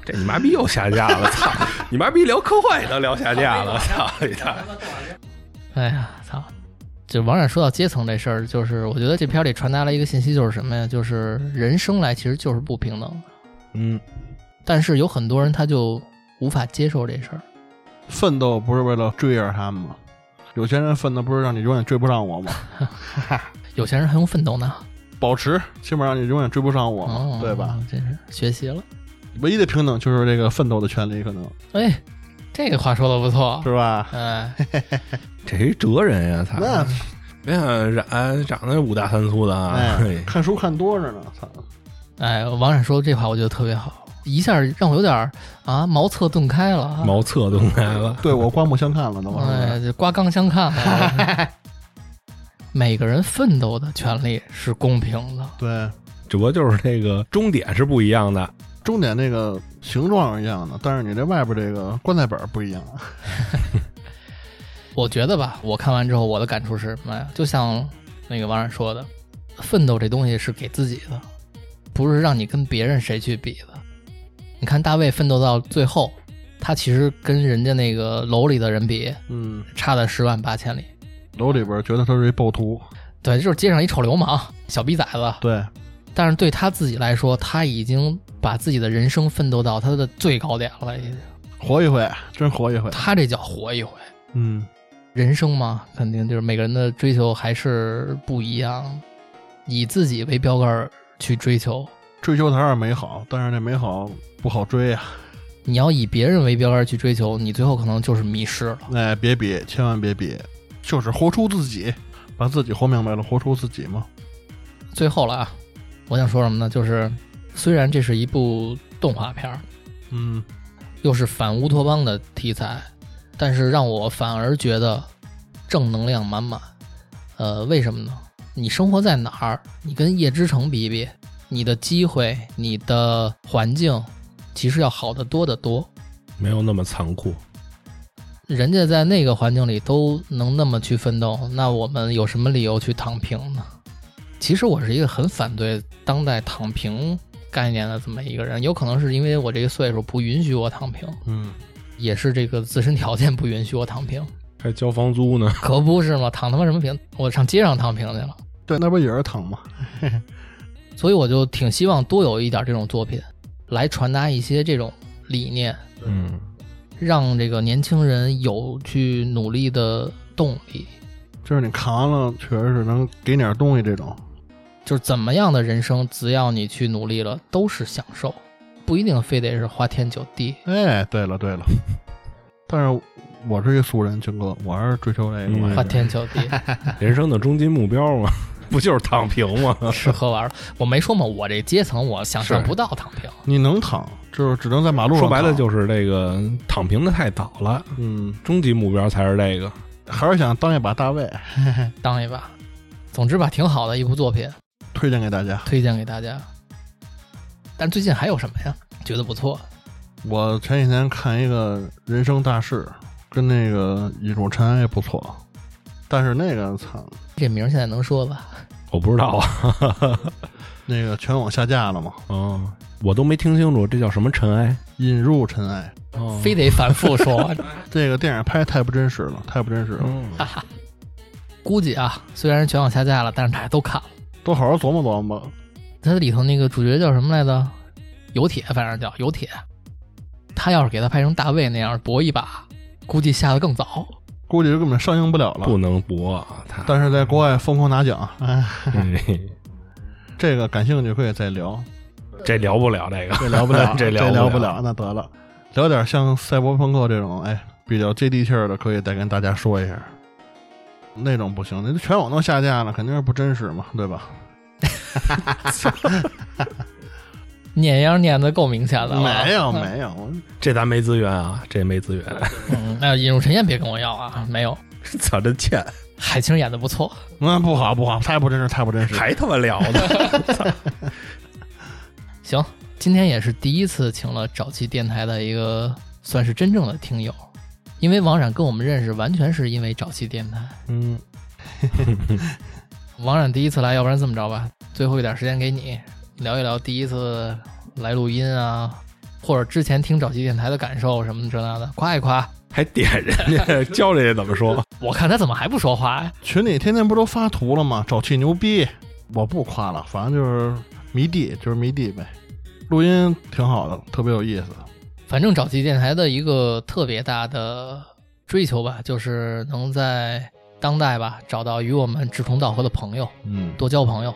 B: 这你妈逼又下架了，操！你妈逼聊科幻也能聊下架了，操你大爷！
A: 哎呀，操！就王冉说到阶层这事儿，就是我觉得这片儿里传达了一个信息，就是什么呀？就是人生来其实就是不平等的，
B: 嗯，
A: 但是有很多人他就无法接受这事儿。
C: 奋斗不是为了追着他们吗？有钱人奋斗不是让你永远追不上我 吗？
A: 有些人还用奋斗 呢，
C: 保持，起码让你永远追不上我嘛，
A: 哦，
C: 对吧？？
A: 真是学习了。
C: 唯一的平等就是这个奋斗的权利，可能
A: 哎，这个话说的不 错。
C: 是吧？
A: 哎，
B: 这是一哲人呀，操！
C: 那
B: 别看冉长得五大三粗的啊，
C: 哎
B: 嘿，
C: 看书看多着呢，操！
A: 哎，王冉说这话我觉得特别好，一下让我有点儿啊茅塞顿开了啊。
B: 茅厕都来了。
C: 对我刮目相看了都。
A: 哎，这刮杠相看了。每个人奋斗的权利是公平的，
C: 对，
B: 只不过就是这个终点是不一样的，
C: 终点那个形状是一样的，但是你这外边这个棺材板不一样。
A: 我觉得吧，我看完之后我的感触是什么呀？就像那个网上说的，奋斗这东西是给自己的，不是让你跟别人谁去比的。你看大卫奋斗到最后，他其实跟人家那个楼里的人比，
C: 嗯，
A: 差的十万八千里。
C: 楼里边觉得他是一暴徒，
A: 对，就是街上一臭流氓、小逼崽子。
C: 对，
A: 但是对他自己来说，他已经把自己的人生奋斗到他的最高点了。已经
C: 活一回，真活一回。
A: 他这叫活一回。
C: 嗯，
A: 人生嘛，肯定就是每个人的追求还是不一样，以自己为标杆儿去追求。
C: 追求它是美好，但是那美好不好追啊呀、
A: 你要以别人为标杆儿去追求，你最后可能就是迷失了。
C: 哎，别比，千万别比，就是活出自己，把自己活明白了，活出自己嘛。
A: 最后了啊，我想说什么呢？就是虽然这是一部动画片儿，
C: 嗯，
A: 又是反乌托邦的题材，但是让我反而觉得正能量满满。呃，为什么呢？你生活在哪儿？你跟夜之城比一比，你的机会、你的环境，其实要好得多得多。
B: 没有那么残酷。
A: 人家在那个环境里都能那么去奋斗，那我们有什么理由去躺平呢？其实我是一个很反对当代躺平概念的这么一个人，有可能是因为我这个岁数不允许我躺平，
C: 嗯，
A: 也是这个自身条件不允许我躺平，
B: 还交房租呢，
A: 可不是吗？躺他妈什么平？我上街上躺平去了，
C: 对，那不也是疼吗？
A: 所以我就挺希望多有一点这种作品，来传达一些这种理念，
B: 嗯，
A: 让这个年轻人有去努力的动力。
C: 就是你扛了，确实是能给点东西这种。
A: 就是怎么样的人生，只要你去努力了，都是享受，不一定非得是花天酒地。
C: 哎，对 了对了，但是我是一俗人，军哥，我还是追求这个玩意
B: 嗯
A: 花
C: 儿。
A: 天酒地，
B: 人生的终极目标嘛， 不就是躺平吗？
A: 吃喝玩乐。我没说嘛，我这阶层我想象
B: 是
A: 不到躺平。
C: 你能躺，就是只能在马路上
B: 说
C: 躺。
B: 白了就是这个躺平的太早了，
C: 嗯，
B: 终极目标才是这个。
C: 还是想当一把大卫，
A: 当一把。总之吧，挺好的一部作品，
C: 推荐给大家。
A: 推荐给大家。但最近还有什么呀？觉得不错，
C: 我前几天看一个《人生大事》，跟那个《一种尘埃》也不错，但是那个操，
A: 这名儿现在能说吧？
B: 我不知道啊，
C: 那个全网下架了嘛，
B: 哦，我都没听清楚这叫什么尘埃，
C: 《引入尘埃
B: 哦
A: 非得反复 说，》
C: 这个电影拍太不真实了，太不真实了，
B: 哦
A: 估计啊，虽然全网下架了，但是大家都看了。
C: 都好好琢磨琢磨吧。
A: 它里头那个主角叫什么来着？游铁，反正叫游铁。他要是给他拍成大卫那样搏一把，估计下的更早。
C: 估计就根本上映不了了。
B: 不能播啊， 他
C: 但是在国外疯狂拿奖，哎，
B: 嗯
C: 这个感兴趣可以再聊，
B: 这聊不了这个，
C: 这聊不了，
B: 这
C: 聊
B: 聊不了
C: 不了，那得了，聊点像赛博朋克这种，哎，比较接地气儿的，可以再跟大家说一下。那种不行，那全网都下架了，肯定是不真实嘛，对吧？
A: 碾压碾的够明显的了，
C: 没有没有，我
B: 这咱没资源啊，这没资 源，
A: 嗯，那引入陈燕别跟我要啊，没有。
B: 操，真欠，
A: 海清演的不错，
C: 那嗯不好不好，太不真实，太不真实。
B: 还他妈聊呢，
A: 行，今天也是第一次请了沼气电台的一个算是真正的听友，因为王冉跟我们认识完全是因为沼气电台。
C: 嗯，
A: 王冉第一次来，要不然这么着吧，最后一点时间给你聊一聊第一次来录音啊，或者之前听沼气电台的感受什么这那的，夸一夸。
B: 还点人家，教人家怎么 说，
A: 我看他怎么还不说话呀？
C: 群里天天不都发图了吗？沼气牛逼，我不夸了，反正就是迷弟，就是迷弟呗。录音挺好的，特别有意思。
A: 反正沼气电台的一个特别大的追求吧，就是能在当代吧找到与我们志同道合的朋友，
C: 嗯，
A: 多交朋友。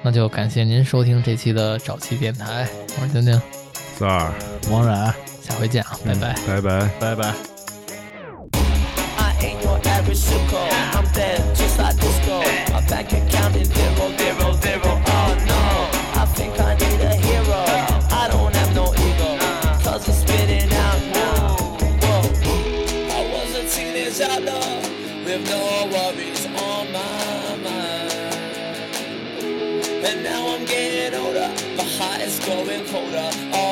A: 那就感谢您收听这期的沼气电台，我是丁丁，
B: 四儿，
C: 王然，
A: 下回见啊，拜拜。
B: 拜拜。
C: 拜拜。
D: I ain't your average sugar. I'm dead just like disco. My bank account is zero, zero, zero. Oh no, I think I need a hero. I don't have no ego, cause it's spitting out now. Whoa. I was a teenage outlaw with no worries on my mind. And now I'm getting older, my heart is growing colder. Oh